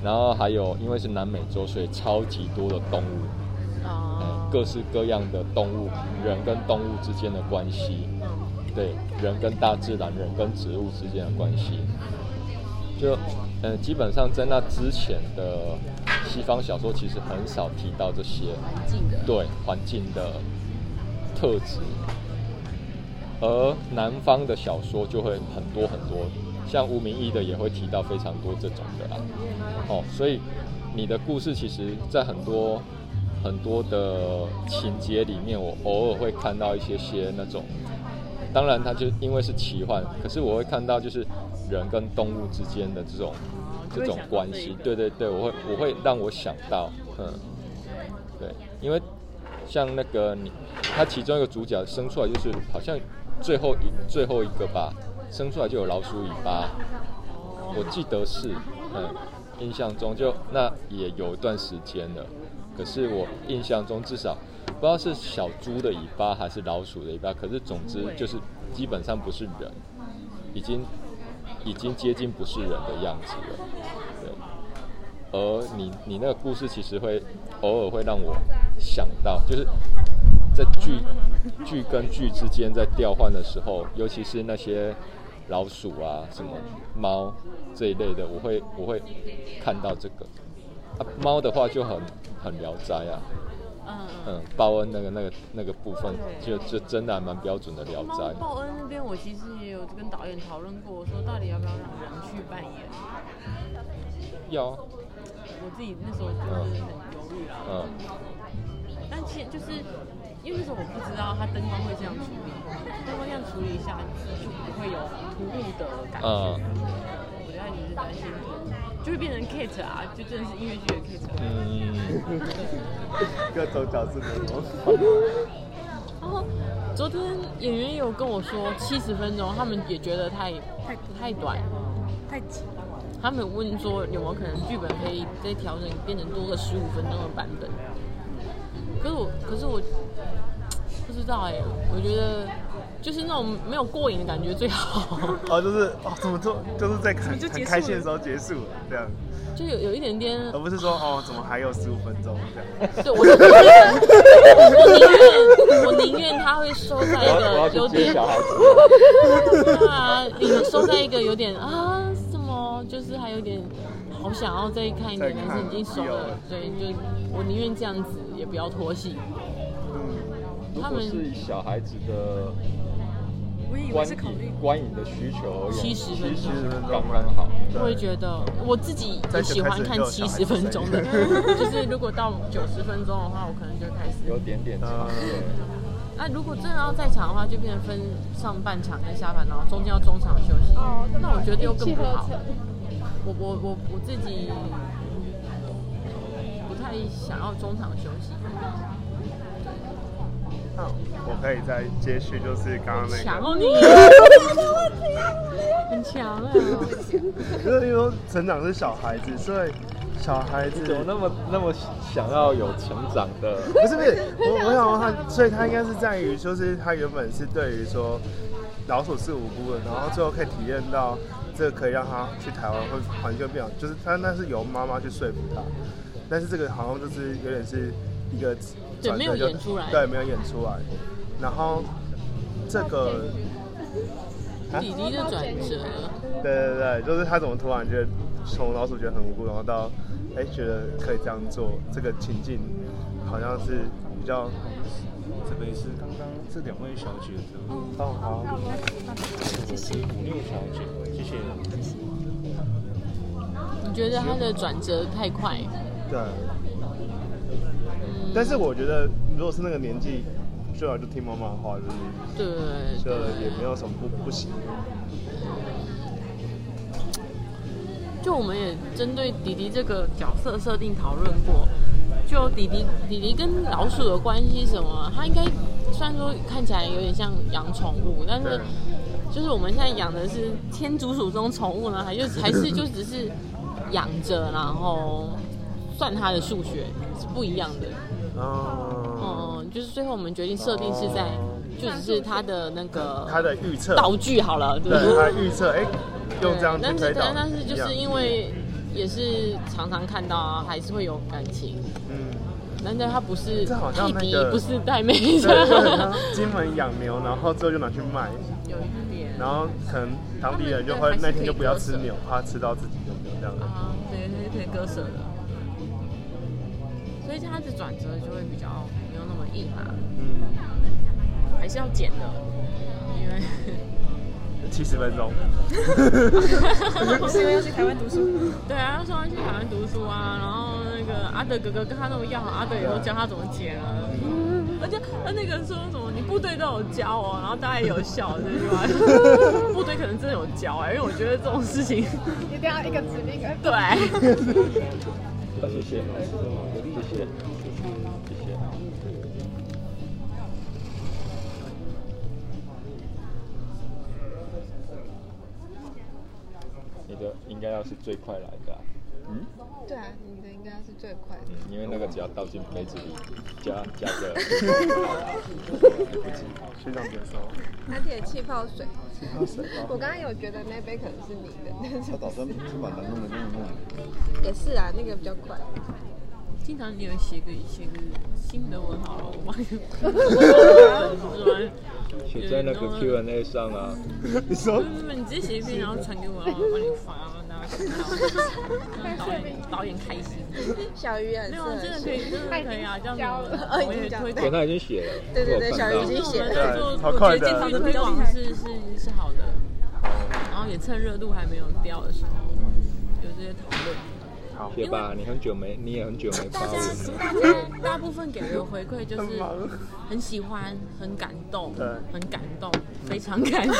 C: 然后还有因为是南美洲，所以超级多的动物，
A: 哦，
C: 各式各样的动物，人跟动物之间的关系，
A: 嗯
C: 对，人跟大自然、人跟植物之间的关系，就嗯，基本上在那之前的西方小说其实很少提到这些环
A: 境的
C: 对环境的特质，而南方的小说就会很多很多，像吴明义的也会提到非常多这种的啦。哦，所以你的故事其实，在很多很多的情节里面，我偶尔会看到一些些那种，当然它就因为是奇幻，可是我会看到就是人跟动物之间的这种这种关系，对对对，我会我会让我想到，嗯，对，因为像那个你，他其中一个主角生出来就是好像最后一最后一个吧，生出来就有老鼠尾巴，我记得是，嗯，印象中就那也有一段时间了，可是我印象中至少不知道是小猪的尾巴还是老鼠的尾巴，可是总之就是基本上不是人，已经已经接近不是人的样子了，对。而你你那个故事其实会偶尔会让我想到，就是在剧剧跟剧之间在调换的时候，尤其是那些老鼠啊、什么猫这一类的，我会我会看到这个。啊，猫的话就很很聊斋啊，嗯，报恩那个那个那个部分，就就真的还蛮标准的聊斋。
A: 报恩那边，我其实也有跟导演讨论过，我说到底要不要让人去扮演？
C: 要啊，
A: 我自己那时候就是很犹豫啦。
C: 嗯
A: 但其实就是因为那时候我不知道它灯光会这样处理，灯光这样处理一下就不会有突兀的感觉。
C: 嗯
A: 我觉得你是担心，就会变成 Kate 啊，就真的是音乐剧的啊 Kate 啊。
C: 嗯，
J: 各种角色的模
A: 然后昨天演员也有跟我说，七十分钟他们也觉得太太太短，太挤。他们有问说有没有可能剧本可以再调整变成多个十五分钟的版本？可是我，可是我不知道哎、我觉得就是那种没有过瘾的感觉最好，
J: 哦，就是哦，怎么做，就是在很
A: 就结束
J: 很
A: 了
J: 开心的时候结束了，这样，
A: 就有有一点点
J: 而不是说哦，怎么还有十五分钟这样。
A: 对，我 就宁愿，我宁愿，我宁愿他会收在一个有点， 对啊，宁愿收在一个有点啊什么，就是还有点好想要再看一点，但是已经收了，对，就我宁愿这样子，也不要拖戏。
C: 嗯如
A: 他
C: 果
A: 们
C: 是以小孩子的
A: 我以为
C: 观
A: 是
C: 影
A: 考虑
C: 观影的需求而言，
A: 70分钟
C: 分钟当然好。
A: 我也觉得我自己也喜欢看七十分钟的， 就是如果到九十分钟的话，我可能就开始
C: 有点点长
A: 那如果真的要再长的话，就变成分上半场跟下半场，然后中间要中场休息。哦，那我觉得又更不好。我我我我自己不太想要中场休息。
J: 那我可以再接续，就是刚刚那个。
A: 强哦你，很强啊！
J: 就是因为说成长是小孩子，所以小孩子
C: 怎么那么那么想要有成长的？
J: 不是不是，我我想问他，所以他应该是在于，就是他原本是对于说老鼠是无辜的，然后最后可以体验到这个可以让他去台湾会环境变好，就是他那是由妈妈去说服他，但是这个好像就是有点是一个
A: 对没有
J: 转
A: 演
J: 折就
A: 出来
J: 对，没有演出来，然后这个。啊
A: 弟弟的转折，
J: 对对对，就是他怎么突然觉得从老鼠觉得很无辜，然后到哎觉得可以这样做，这个情境好像是比较。这杯是刚刚这两位小姐的
A: 嗯
J: 哦，好，
A: 谢谢
J: 五六小姐，谢谢。
A: 你觉得他的转折太快？
J: 对，但是我觉得如果是那个年纪，最好就听妈妈的话，就是
A: 对
J: 就也没有什么不不行。
A: 就我们也针对迪迪这个角色设定讨论过，就迪迪迪迪跟老鼠的关系什么，它应该虽然说看起来有点像养宠物，但是就是我们现在养的是天竺鼠中宠物呢，还 就还是就只是养着，然后算它的数学是不一样的。
J: 哦，
A: 嗯，就是最后我们决定设定是在，就只是它的那个
J: 他的预测
A: 道具好了，
J: 对，
A: 不
J: 他的预测，哎，用这样去
A: 但
J: 推
A: 是
J: 导
A: 但，但是就是因为也是常常看到啊，还是会有感情。
J: 嗯，
A: 难道他不是
J: 这好像
A: 弟
J: 那
A: 弟
J: 个
A: 不是带妹
J: 对，
A: 子？
J: 就很像金门养牛，然后之后就拿去卖，
A: 有一点，
J: 然后可能当地人就
A: 他
J: 会
A: 们
J: 那天就不要
A: 还是可以
J: 吃牛，怕吃到自己有牛这样的。
A: 啊对，对对，割舍了。所以这样子转折就会比较没有那么硬啊，
J: 嗯，
A: 还是要剪的，因为
J: 七十分钟。
A: 是因为要去台湾读书。对啊，他说要去台湾读书啊，然后那个阿德哥哥跟他那么要好，阿德也都教他怎么剪啊。而且他那个说什么你部队都有教哦，然后大家也有笑这句 话，部队可能真的有教哎、因为我觉得这种事情
S: 一定要一个指令。
A: 对。
H: 谢谢，谢谢，谢谢。
C: 你的应该要是最快来的啊、嗯，
N: 对啊，你的应该是最快的。
C: 因为那个只要倒进杯子里，加加个来不及。
J: 学长别说，
N: 拿铁气泡水
L: 泡水，
N: 我刚刚有觉得那杯可能是你的，但是
L: 他打算是把它弄得那么 弄。
N: 也是啊，那个比较快。
A: 经常你有写个写个新的文好了，我帮你 啊
C: 写在那个 Q&A 上啊。
J: 你说
A: 你直接写一篇，然后传给我，然后我帮你发，让大家看到， 让导演导演开心。
N: 小鱼很适
A: 没有
N: 合，
A: 真的可以，真的可以啊，这 样子
N: 哦
A: 我
N: 已
A: 也
N: 经交
A: 推
N: 了
A: 荐。
C: 他已经写了，
N: 对对对
C: 我有看
N: 小
C: 到
N: 鱼已经写了
A: 对我们在
C: 好
A: 做，
C: 快
A: 我觉
C: 的
A: 得经常的推广是是是好的，然后也趁热度还没有掉的时候，有这些讨论。
C: 好，学霸，你很久没，你也很久没发
A: 大家
C: 文
A: 大
C: 了。
A: 家大部分给的回馈就是很喜欢、很感动、很感动、非常 感动，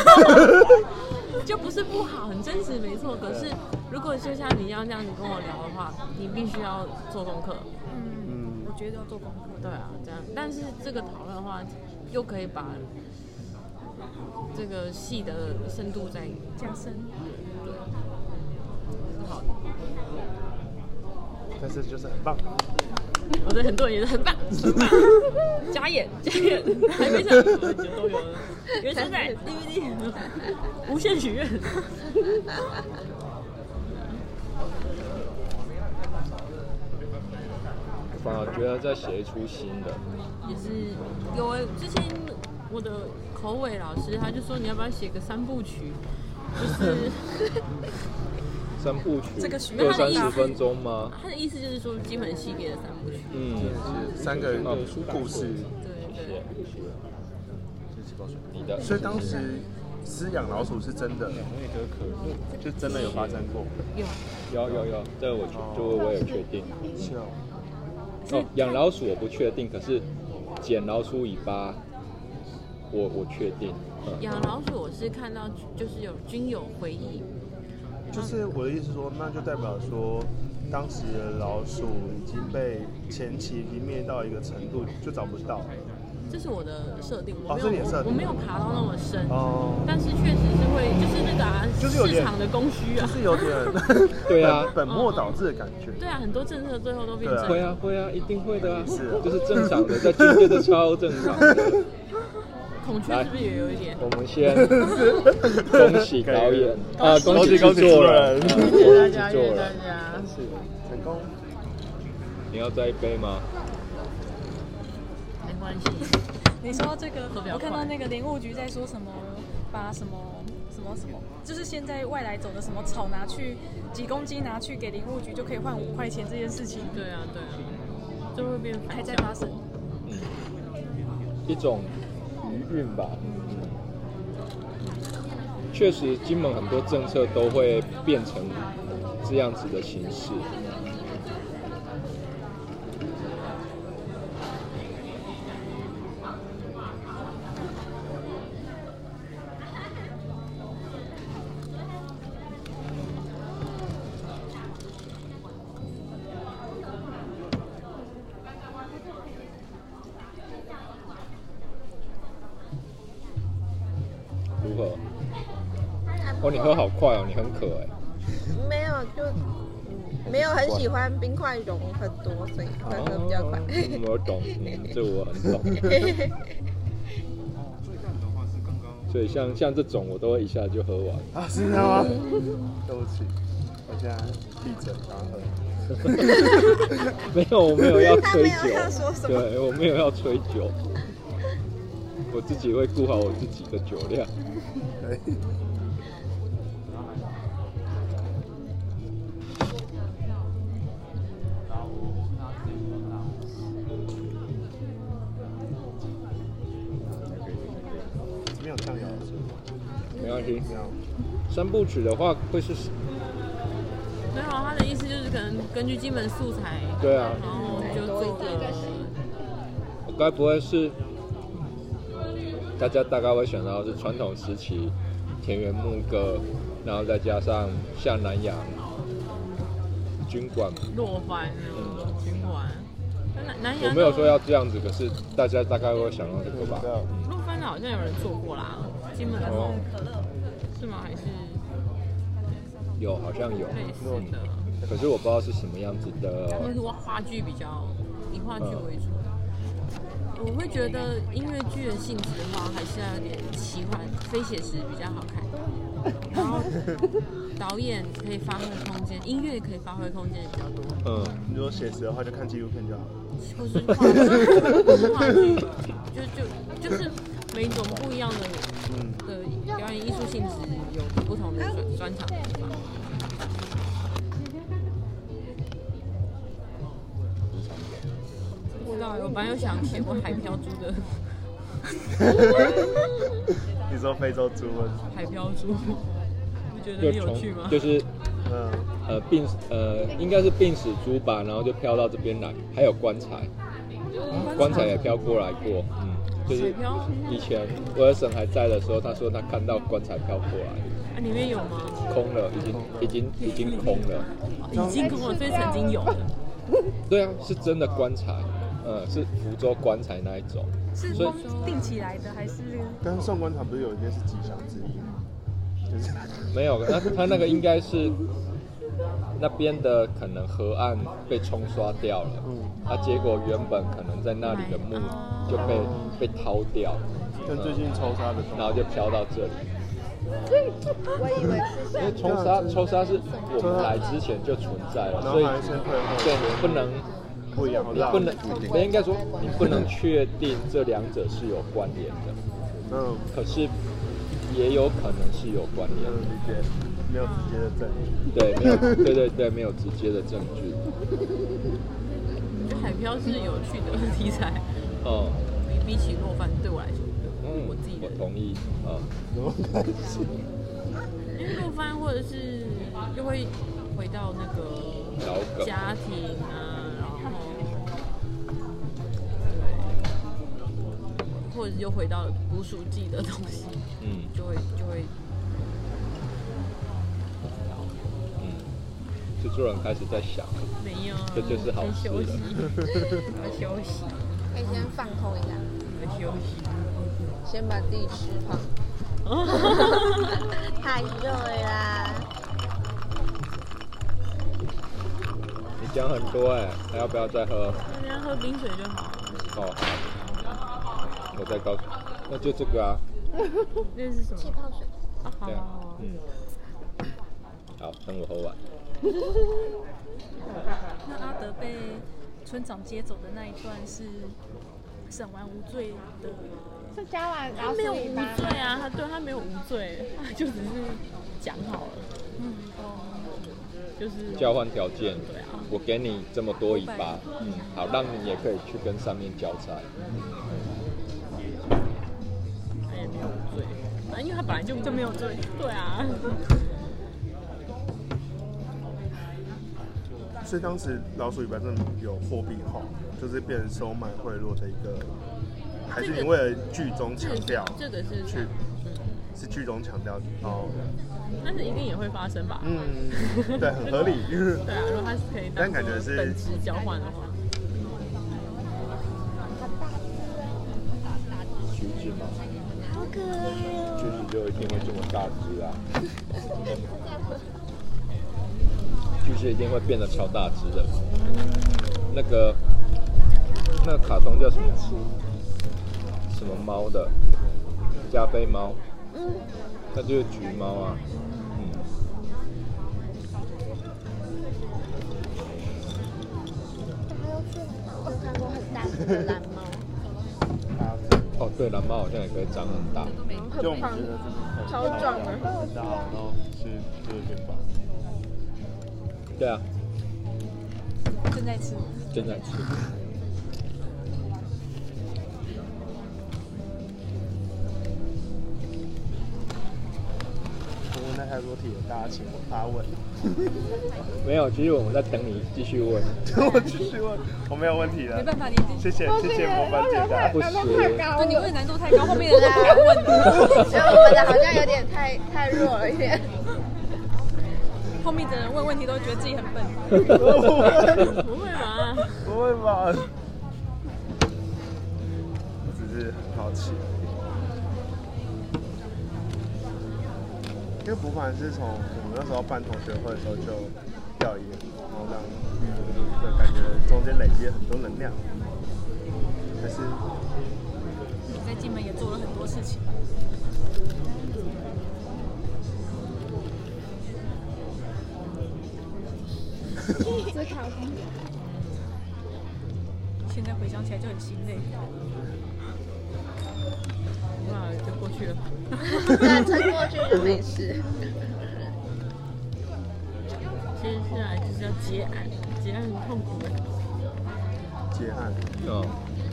A: 就不是不好，很真实没错。可是如果就像你要那样子跟我聊的话，你必须要做功课。
K: 嗯，我觉得要做功课。
A: 对啊，这样。但是这个讨论的话，又可以把这个戏的深度再
K: 加深。
A: 对，是好的。
J: 但是就是很棒。
A: 我的很多人也是很棒，很棒加演加演，还没上什么都有了，原声带 DVD，无限许愿。
C: 反而觉得在写一出新的，
A: 也是有诶、之前我的口尾老师他就说你要不要写个三部曲， 就是
C: 三部曲，
A: 这个许愿
C: 各
A: 他的
C: 三
A: 意思
C: 十分钟吗？
A: 他的意思就是说金门系列的三部曲。
C: 嗯，哦
J: 三个人的故事。
A: 对对。
C: 你的
J: 所以当时饲嗯养老鼠是真的，就真的有发生过。
C: 有有有，这个我确就我也确定。
J: 哦是哦。
C: 哦，养老鼠我不确定，可是剪老鼠尾巴，我我确定。嗯
A: 养老鼠我是看到就是有均有回忆，
J: 就是我的意思是说，那就代表说，当时的老鼠已经被前期已经灭到一个程度，就找不到了。
A: 这是我的设定，我
J: 哦
A: 没有、
J: 这是你的设定
A: 我没有爬到那么深，
J: 哦，
A: 但是确实是会就是那个啊
J: 就是有
A: 市
J: 点
A: 场的供需啊，
J: 就是有点
C: 对啊
J: 本本末倒置的感觉。
A: 对啊，很多政策最后都变
C: 对
A: 成
C: 啊会啊会啊，一定会的啊，
J: 是
C: 就是正常的，在军队是超正常的。
A: 孔雀是不是也有一点？
C: 我们 先恭喜导演啊，恭喜
J: 恭
C: 制
J: 喜
C: 作人，
J: 恭喜
C: 啊恭喜制
J: 制作人
C: 作人，
J: 是成功。
C: 你要再一杯吗？
A: 没关系。
K: 你说这个，
A: 比较
K: 我看到
A: 快
K: 那个林务局在说什么，把什么什么什么，就是现在外来种的什么草拿去几公斤拿去给林务局就可以换五块钱这件事情。
A: 对啊，对啊，就会变
K: 还在发生。
C: 一种余韵吧。确实，金门很多政策都会变成这样子的形式。如何？哦，你喝好快哦，你很渴哎。
N: 没有就嗯没有很喜欢冰块融很多，所以会喝比较快。
C: 嗯我懂， 嗯，这我很懂。所以像像这种我都会一下就喝完。
J: 啊啊，是这样吗？对不起，我家闭嘴然后
C: 没有，我没有要吹
J: 他没有要说
C: 酒，
J: 什么
C: 对我没有要吹酒，我自己会顾好我自己的酒量。
J: 没有酱油是吗？
C: 没关系。三部曲的话会是，
A: 没有啊，他的意思就是可能根据基本素材，
C: 对啊，
A: 然后就做个
C: 我该不会是大家大概会想到是传统时期田园牧歌，然后再加上下南洋军管。
A: 落番那种循环。那南南
C: 我
A: 洋
C: 没有说要这样子，可是大家大概会想到这个吧。
A: 落番的好像有人做过啦，金门的
C: 哦
A: 可乐是吗？还是
C: 有，好像有。
A: 类似的？
C: 可是我不知道是什么样子的。
A: 他们是话剧比较以话剧为主。我会觉得音乐剧的性质的话，还是要有点奇幻、非写实比较好看。然后导演可以发挥的空间，音乐可以发挥空间也比较多。
J: 嗯，如果写实的话，就看纪录片就好。
A: 或是话剧，或是话剧，就就就是每种不一样的的表演艺术性质有不同的专专长的地方。不知道，我本来有想写过海漂猪的
J: 你说非洲猪瘟，
A: 海漂猪，你觉得很有趣吗？
C: 就是，
J: 嗯，
C: 呃，病死呃，应该是病死猪吧，然后就飘到这边来，还有棺材，棺材也飘过来过，嗯，就是
A: 海漂
C: 以前我二婶还在的时候，她说她看到棺材飘过来，
A: 啊，里面有吗？
C: 空了，已经已经已经空了，
A: 已经空了，所以曾经有的。
C: 对啊，是真的棺材，呃，是福州棺材那一种，
K: 是
C: 所以
K: 光定起来的还是？
J: 但是送棺材不是有一件是吉祥之一吗？就是
C: 没有，那他那个应该是那边的可能河岸被冲刷掉了，
J: 嗯
C: 啊，结果原本可能在那里的墓就被被掏掉，
J: 跟最近抽沙的，
C: 然后就飘到这里。
L: 我以为是
C: 因为冲沙
L: 啊
C: 抽沙是我们来之前就存在了，所以对你不能
J: 不一样
C: 你不能，应该说你不能确定这两者是有关联的，
J: 嗯，
C: 可是也有可能是有关联
J: 理解，没有直接的证据。
C: 对，没有，对对对，没有直接的证据。
A: 我觉得海漂是有趣的题材，
C: 哦，
A: 比比起落饭对我来说，
C: 嗯，
A: 我自己
C: 我同意啊。
A: 因为落饭或者是又会回到那
C: 老
A: 个
C: 梗
A: 家庭啊，然后对，或者是又回到捕鼠记的东西，
C: 嗯，
A: 就会就会
C: 嗯制作人开始在想，
A: 没有，
C: 这就是好事
A: 休息，
C: 了。
A: 要休息，
N: 可以先放空一下，
A: 要休息。
N: 先把自己吃 胖。太热了啦！
C: 你讲很多哎，还要不要再喝？
A: 大家喝冰水就好了。
C: 哦，我再告诉，那就这个啊。
A: 那是什么？气泡水。啊，好
C: 对
A: 好
C: 啊
A: 好。
C: 嗯。好，等我喝完。
K: 那阿德被村长接走的那一段是审完无罪的，
T: 是加完
A: 他没有无罪啊，他对他没有无罪，他就只是讲好了。嗯，哦就是
C: 交换条件
A: 对啊，
C: 我给你这么多尾巴，嗯，好，让你也可以去跟上面交差。
A: 他也没有无罪，啊，因为他本来就就没有罪。对啊，
J: 所以当时老鼠尾巴真的有货币化，就是变成收买贿赂的一个，还是你为了剧中强调，
A: 这个是嗯
J: 去是剧中强调哦，
A: 但是一定也会发生吧？
J: 嗯，对，很合理。
A: 对啊，如果他是可以当
J: 但感觉
A: 作
J: 是
A: 本质交换的话，
C: 橘子嘛，
N: 好可爱哦！
C: 橘子就一定会这么大只啊，橘子一定会变得超大只的。那个那个卡通叫什么？什么猫的？加菲猫，
N: 嗯，
C: 那就是橘猫啊。嗯，
N: 有看过很大型的蓝
A: 嗯
N: 猫，
C: 哦，对，蓝猫好像也可以长很大。
L: 就我们觉得自己超壮的，
U: 然后去做一变吧。
C: 对啊，
K: 正在吃。
C: 正在吃。
J: 我问那台裸体的大家请我发问，
C: 没有，其实我们在等你继续问。
J: 我继续问，我没有问题了。
K: 没办法，你已经
J: 谢谢谢 谢模板解答，
C: 不行。
K: 对你问的难度太高，后面的人不敢问
N: 我觉得我们的好像有点太太弱了一点。
K: 后面的人问问题都觉得自己很笨。
J: 不
K: 会吧？
J: 不会吧？我只是很好奇，因为补款是从我们那时候办同学会的时候就调研，然后让对感觉中间累积了很多能量，但是
K: 你在金门也做了很多事情。
N: 思考空间。
K: 现在回想起来就很心累。
A: 哇，就过去了。
N: 对，撑过去就没事。
A: 接下来就是要结案，结案很痛苦哎，
J: 结案
C: 哦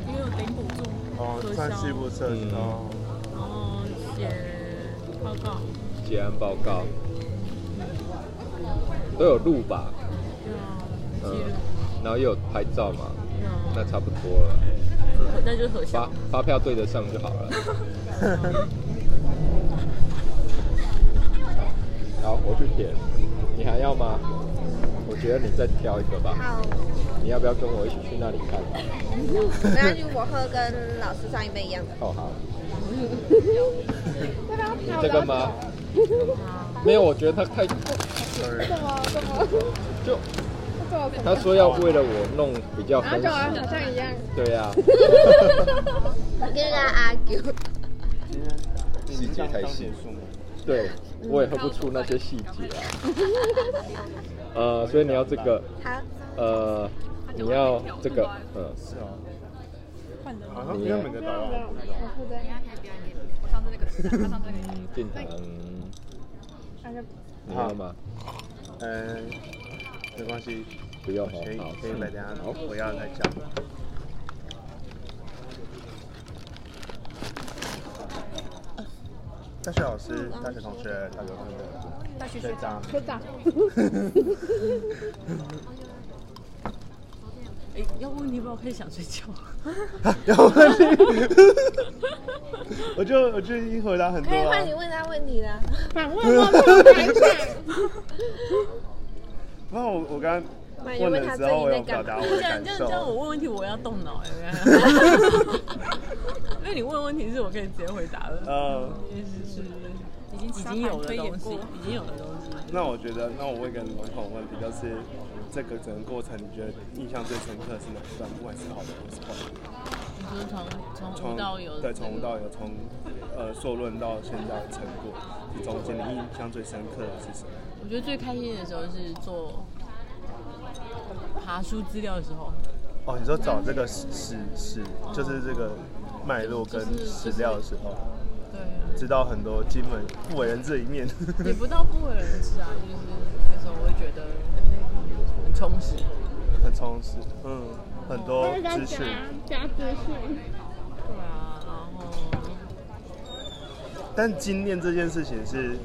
A: 因为有领补助，
J: 哦算是不错
C: 嗯
A: 然
J: 哦。
A: 后写报告，
C: 结案报告都有录吧？嗯，然后也有拍照嘛，那差不多了。
A: 嗯那就是核
C: 发发票对得上就好了。好，我去填，你还要吗？我觉得你再挑一个吧。
N: 好，
C: 你要不要跟我一起去那里看？
N: 没关系，我喝跟老师上一杯一样的。
C: 哦，好。
N: 要不要
C: 你这个吗？没有，我觉得他太……
L: 怎么怎么
C: 就
L: 怎么？
C: 他说要为了我弄比较
L: 然后
C: 分
L: 就好
C: 析。
L: 像一样。
C: 对呀、啊，
N: 跟人家 argue。
C: 细节太细。对，我也喝不出那些细节啊。呃，所以你要这个，
N: 好，
C: 呃，你要这个，嗯，是哦。
J: 好像因为每个导览不一样。
L: 我负责你要开表演，
K: 我上次那个，他上次那个。
C: 进堂，
L: 那就
C: 你要吗？
J: 嗯，没关系，
C: 不用
J: 可以
C: 好好
J: 可以买，等下
C: 好
J: 我要再讲。大学老师、大学同学、大学同学、
K: 大学
J: 学长、
L: 科长。
A: 哎，要不你把我开始想睡觉。
J: 有问题，我就我就已经回答很多
N: 可以
J: 了
N: 换。你问他问题 了。
L: 反
J: 问我不敢不然我我刚
A: 那
J: 刚
A: 你
J: 问
A: 问
J: 的
A: 他
J: 时候，我
A: 最
J: 有
A: 近在
J: 表
A: 干
J: 达
A: 嘛？
J: 我的
A: 这样
J: 感
A: 这样这样，
J: 受。
A: 我问问题我要动脑哎。 因为你问问题是我可以直接回答的。
J: 嗯，
A: 就是
K: 已经
A: 已经有的东西，已经有的东西。
J: 那我觉得，那我问一个笼统的问题，就是这个整个过程，你觉得印象最深刻的是哪一段？不管是好的还是坏的。
A: 你说从从
J: 从
A: 无到有，
J: 对，从无到有，从呃硕论到现在的成果，你中间你印象最深刻的是什么？
A: 我觉得最开心的时候是做爬书资料的时候，
J: 哦，你说找这个史史史，就是这个脉络跟史料的时候，
A: 对、
J: 知道很多金门不为人知的一面。
A: 也不到不为人知啊，就是那时候我会觉得很充实。
J: 很充实，嗯，很多资
L: 啊
J: 讯。
L: 加资讯。
A: 对啊，然后
J: 但精炼这件事情是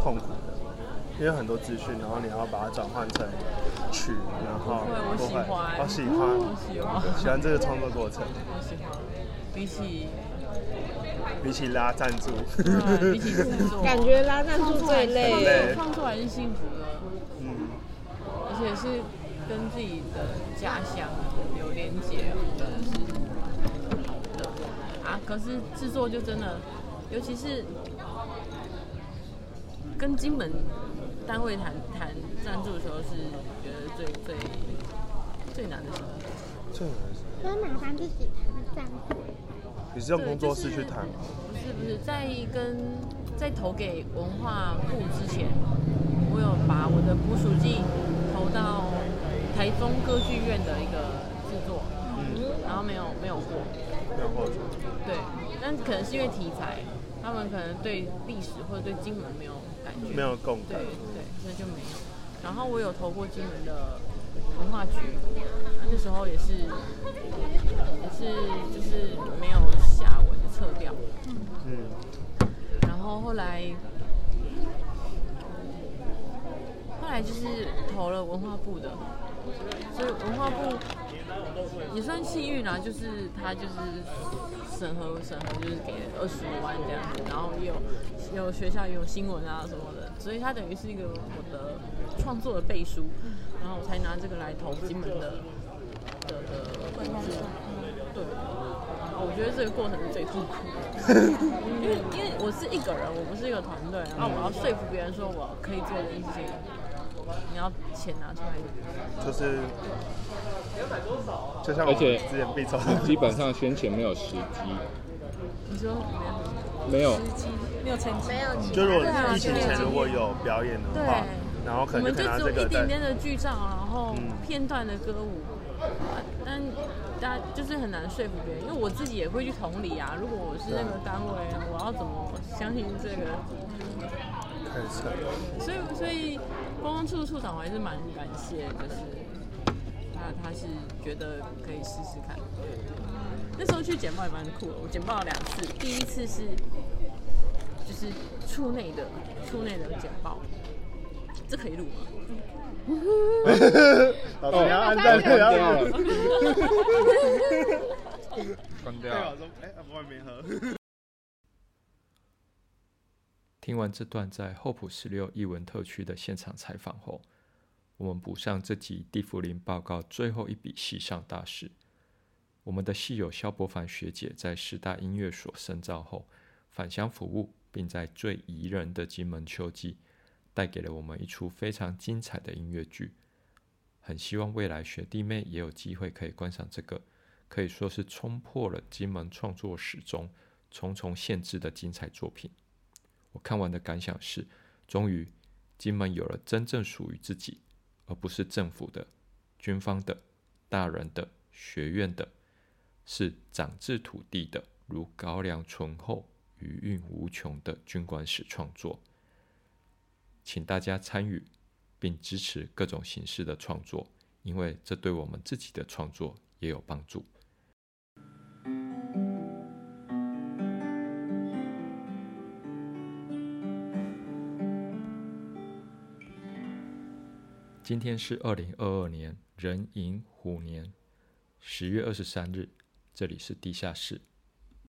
J: 痛苦的，因为很多资讯，然后你要把它转换成曲，然后
A: 不会我
J: 不
A: 喜
J: 会，
A: 欢
J: 哦
A: 我喜
J: 喜
A: 欢
J: 欢，喜欢这个创作过程，
A: 我喜欢比起
J: 比起拉赞助，
A: 对比 起制作，
L: 感觉拉赞助最累
A: 创作
J: 对
A: 创作还是幸福的，嗯而且是跟自己的家乡有连接，我觉得是好的啊。可是制作就真的，尤其是跟金门单位谈谈赞助的时候，是觉得最最最难的时候。
J: 这
L: 都麻烦自己谈赞助。
J: 你是用工作室去谈吗？
A: 不是不是，在跟在投给文化部之前，我有把我的捕鼠记投到台中歌剧院的一个制作，
V: 嗯
A: 然后没有没有过，
V: 没有获得。
A: 对，但可能是因为题材，他们可能对历史或者对金门没有感觉，
V: 没有共感
A: 对对，那就没有。然后我有投过金门的文化局，那时候也是也是就是没有下文就撤掉，
V: 嗯，
A: 然后后来后来就是投了文化部的，所以文化部也算幸运啦、就是他就是审核审核就是给二十五万这样子，然后也有也有学校也有新闻啊什么的，所以他等于是一个我的创作的背书，然后我才拿这个来投金门的的的文字，对，然后我觉得这个过程是最痛苦的，因为因为我是一个人，我不是一个团队，然后我要说服别人说我可以做这件事情。你要钱拿出来，
V: 就是就像我
D: 而且
V: 之前必抽的，
D: 基本上先前没有时机，
A: 你说怎么样？
D: 没有
A: 没有成绩，啊没有
V: 就如果疫情前如果有表演的话，
A: 对
V: 然后可
A: 我
V: 能
A: 们
V: 就可
A: 就
V: 以拿
A: 只
V: 这
A: 有
V: 个嗯
A: 一点点
V: 在
A: 的剧照，然后片段的歌舞，啊但大家就是很难说服别人，因为我自己也会去同理啊。如果我是那个单位，啊我要怎么相信这个？
V: 开始
A: 所以，所以观光处处长我还是蛮感谢，就是他他是觉得可以试试看。那时候去简报也蛮酷的，我简报了两次，第一次是就是处内的处内的简报，这可以录吗？
V: 老师你要按赞，不要按赞
D: 关
V: 对我说哎，我还没喝。
C: 听完这段在厚朴十六艺文特区的现场采访后，我们补上这集地福林报告最后一笔系上大事。我们的系友萧伯凡学姐在师大音乐所深造后，返乡服务，并在最宜人的金门秋季，带给了我们一出非常精彩的音乐剧。很希望未来学弟妹也有机会可以观赏这个，可以说是冲破了金门创作史中重重限制的精彩作品。我看完的感想是，终于金门有了真正属于自己，而不是政府的、军方的、大人的、学院的，是长治土地的，如高粱醇厚、余韵无穷的军管史创作。请大家参与并支持各种形式的创作，因为这对我们自己的创作也有帮助。今天是二零二二年壬寅虎年十月二十三日，这里是地下室，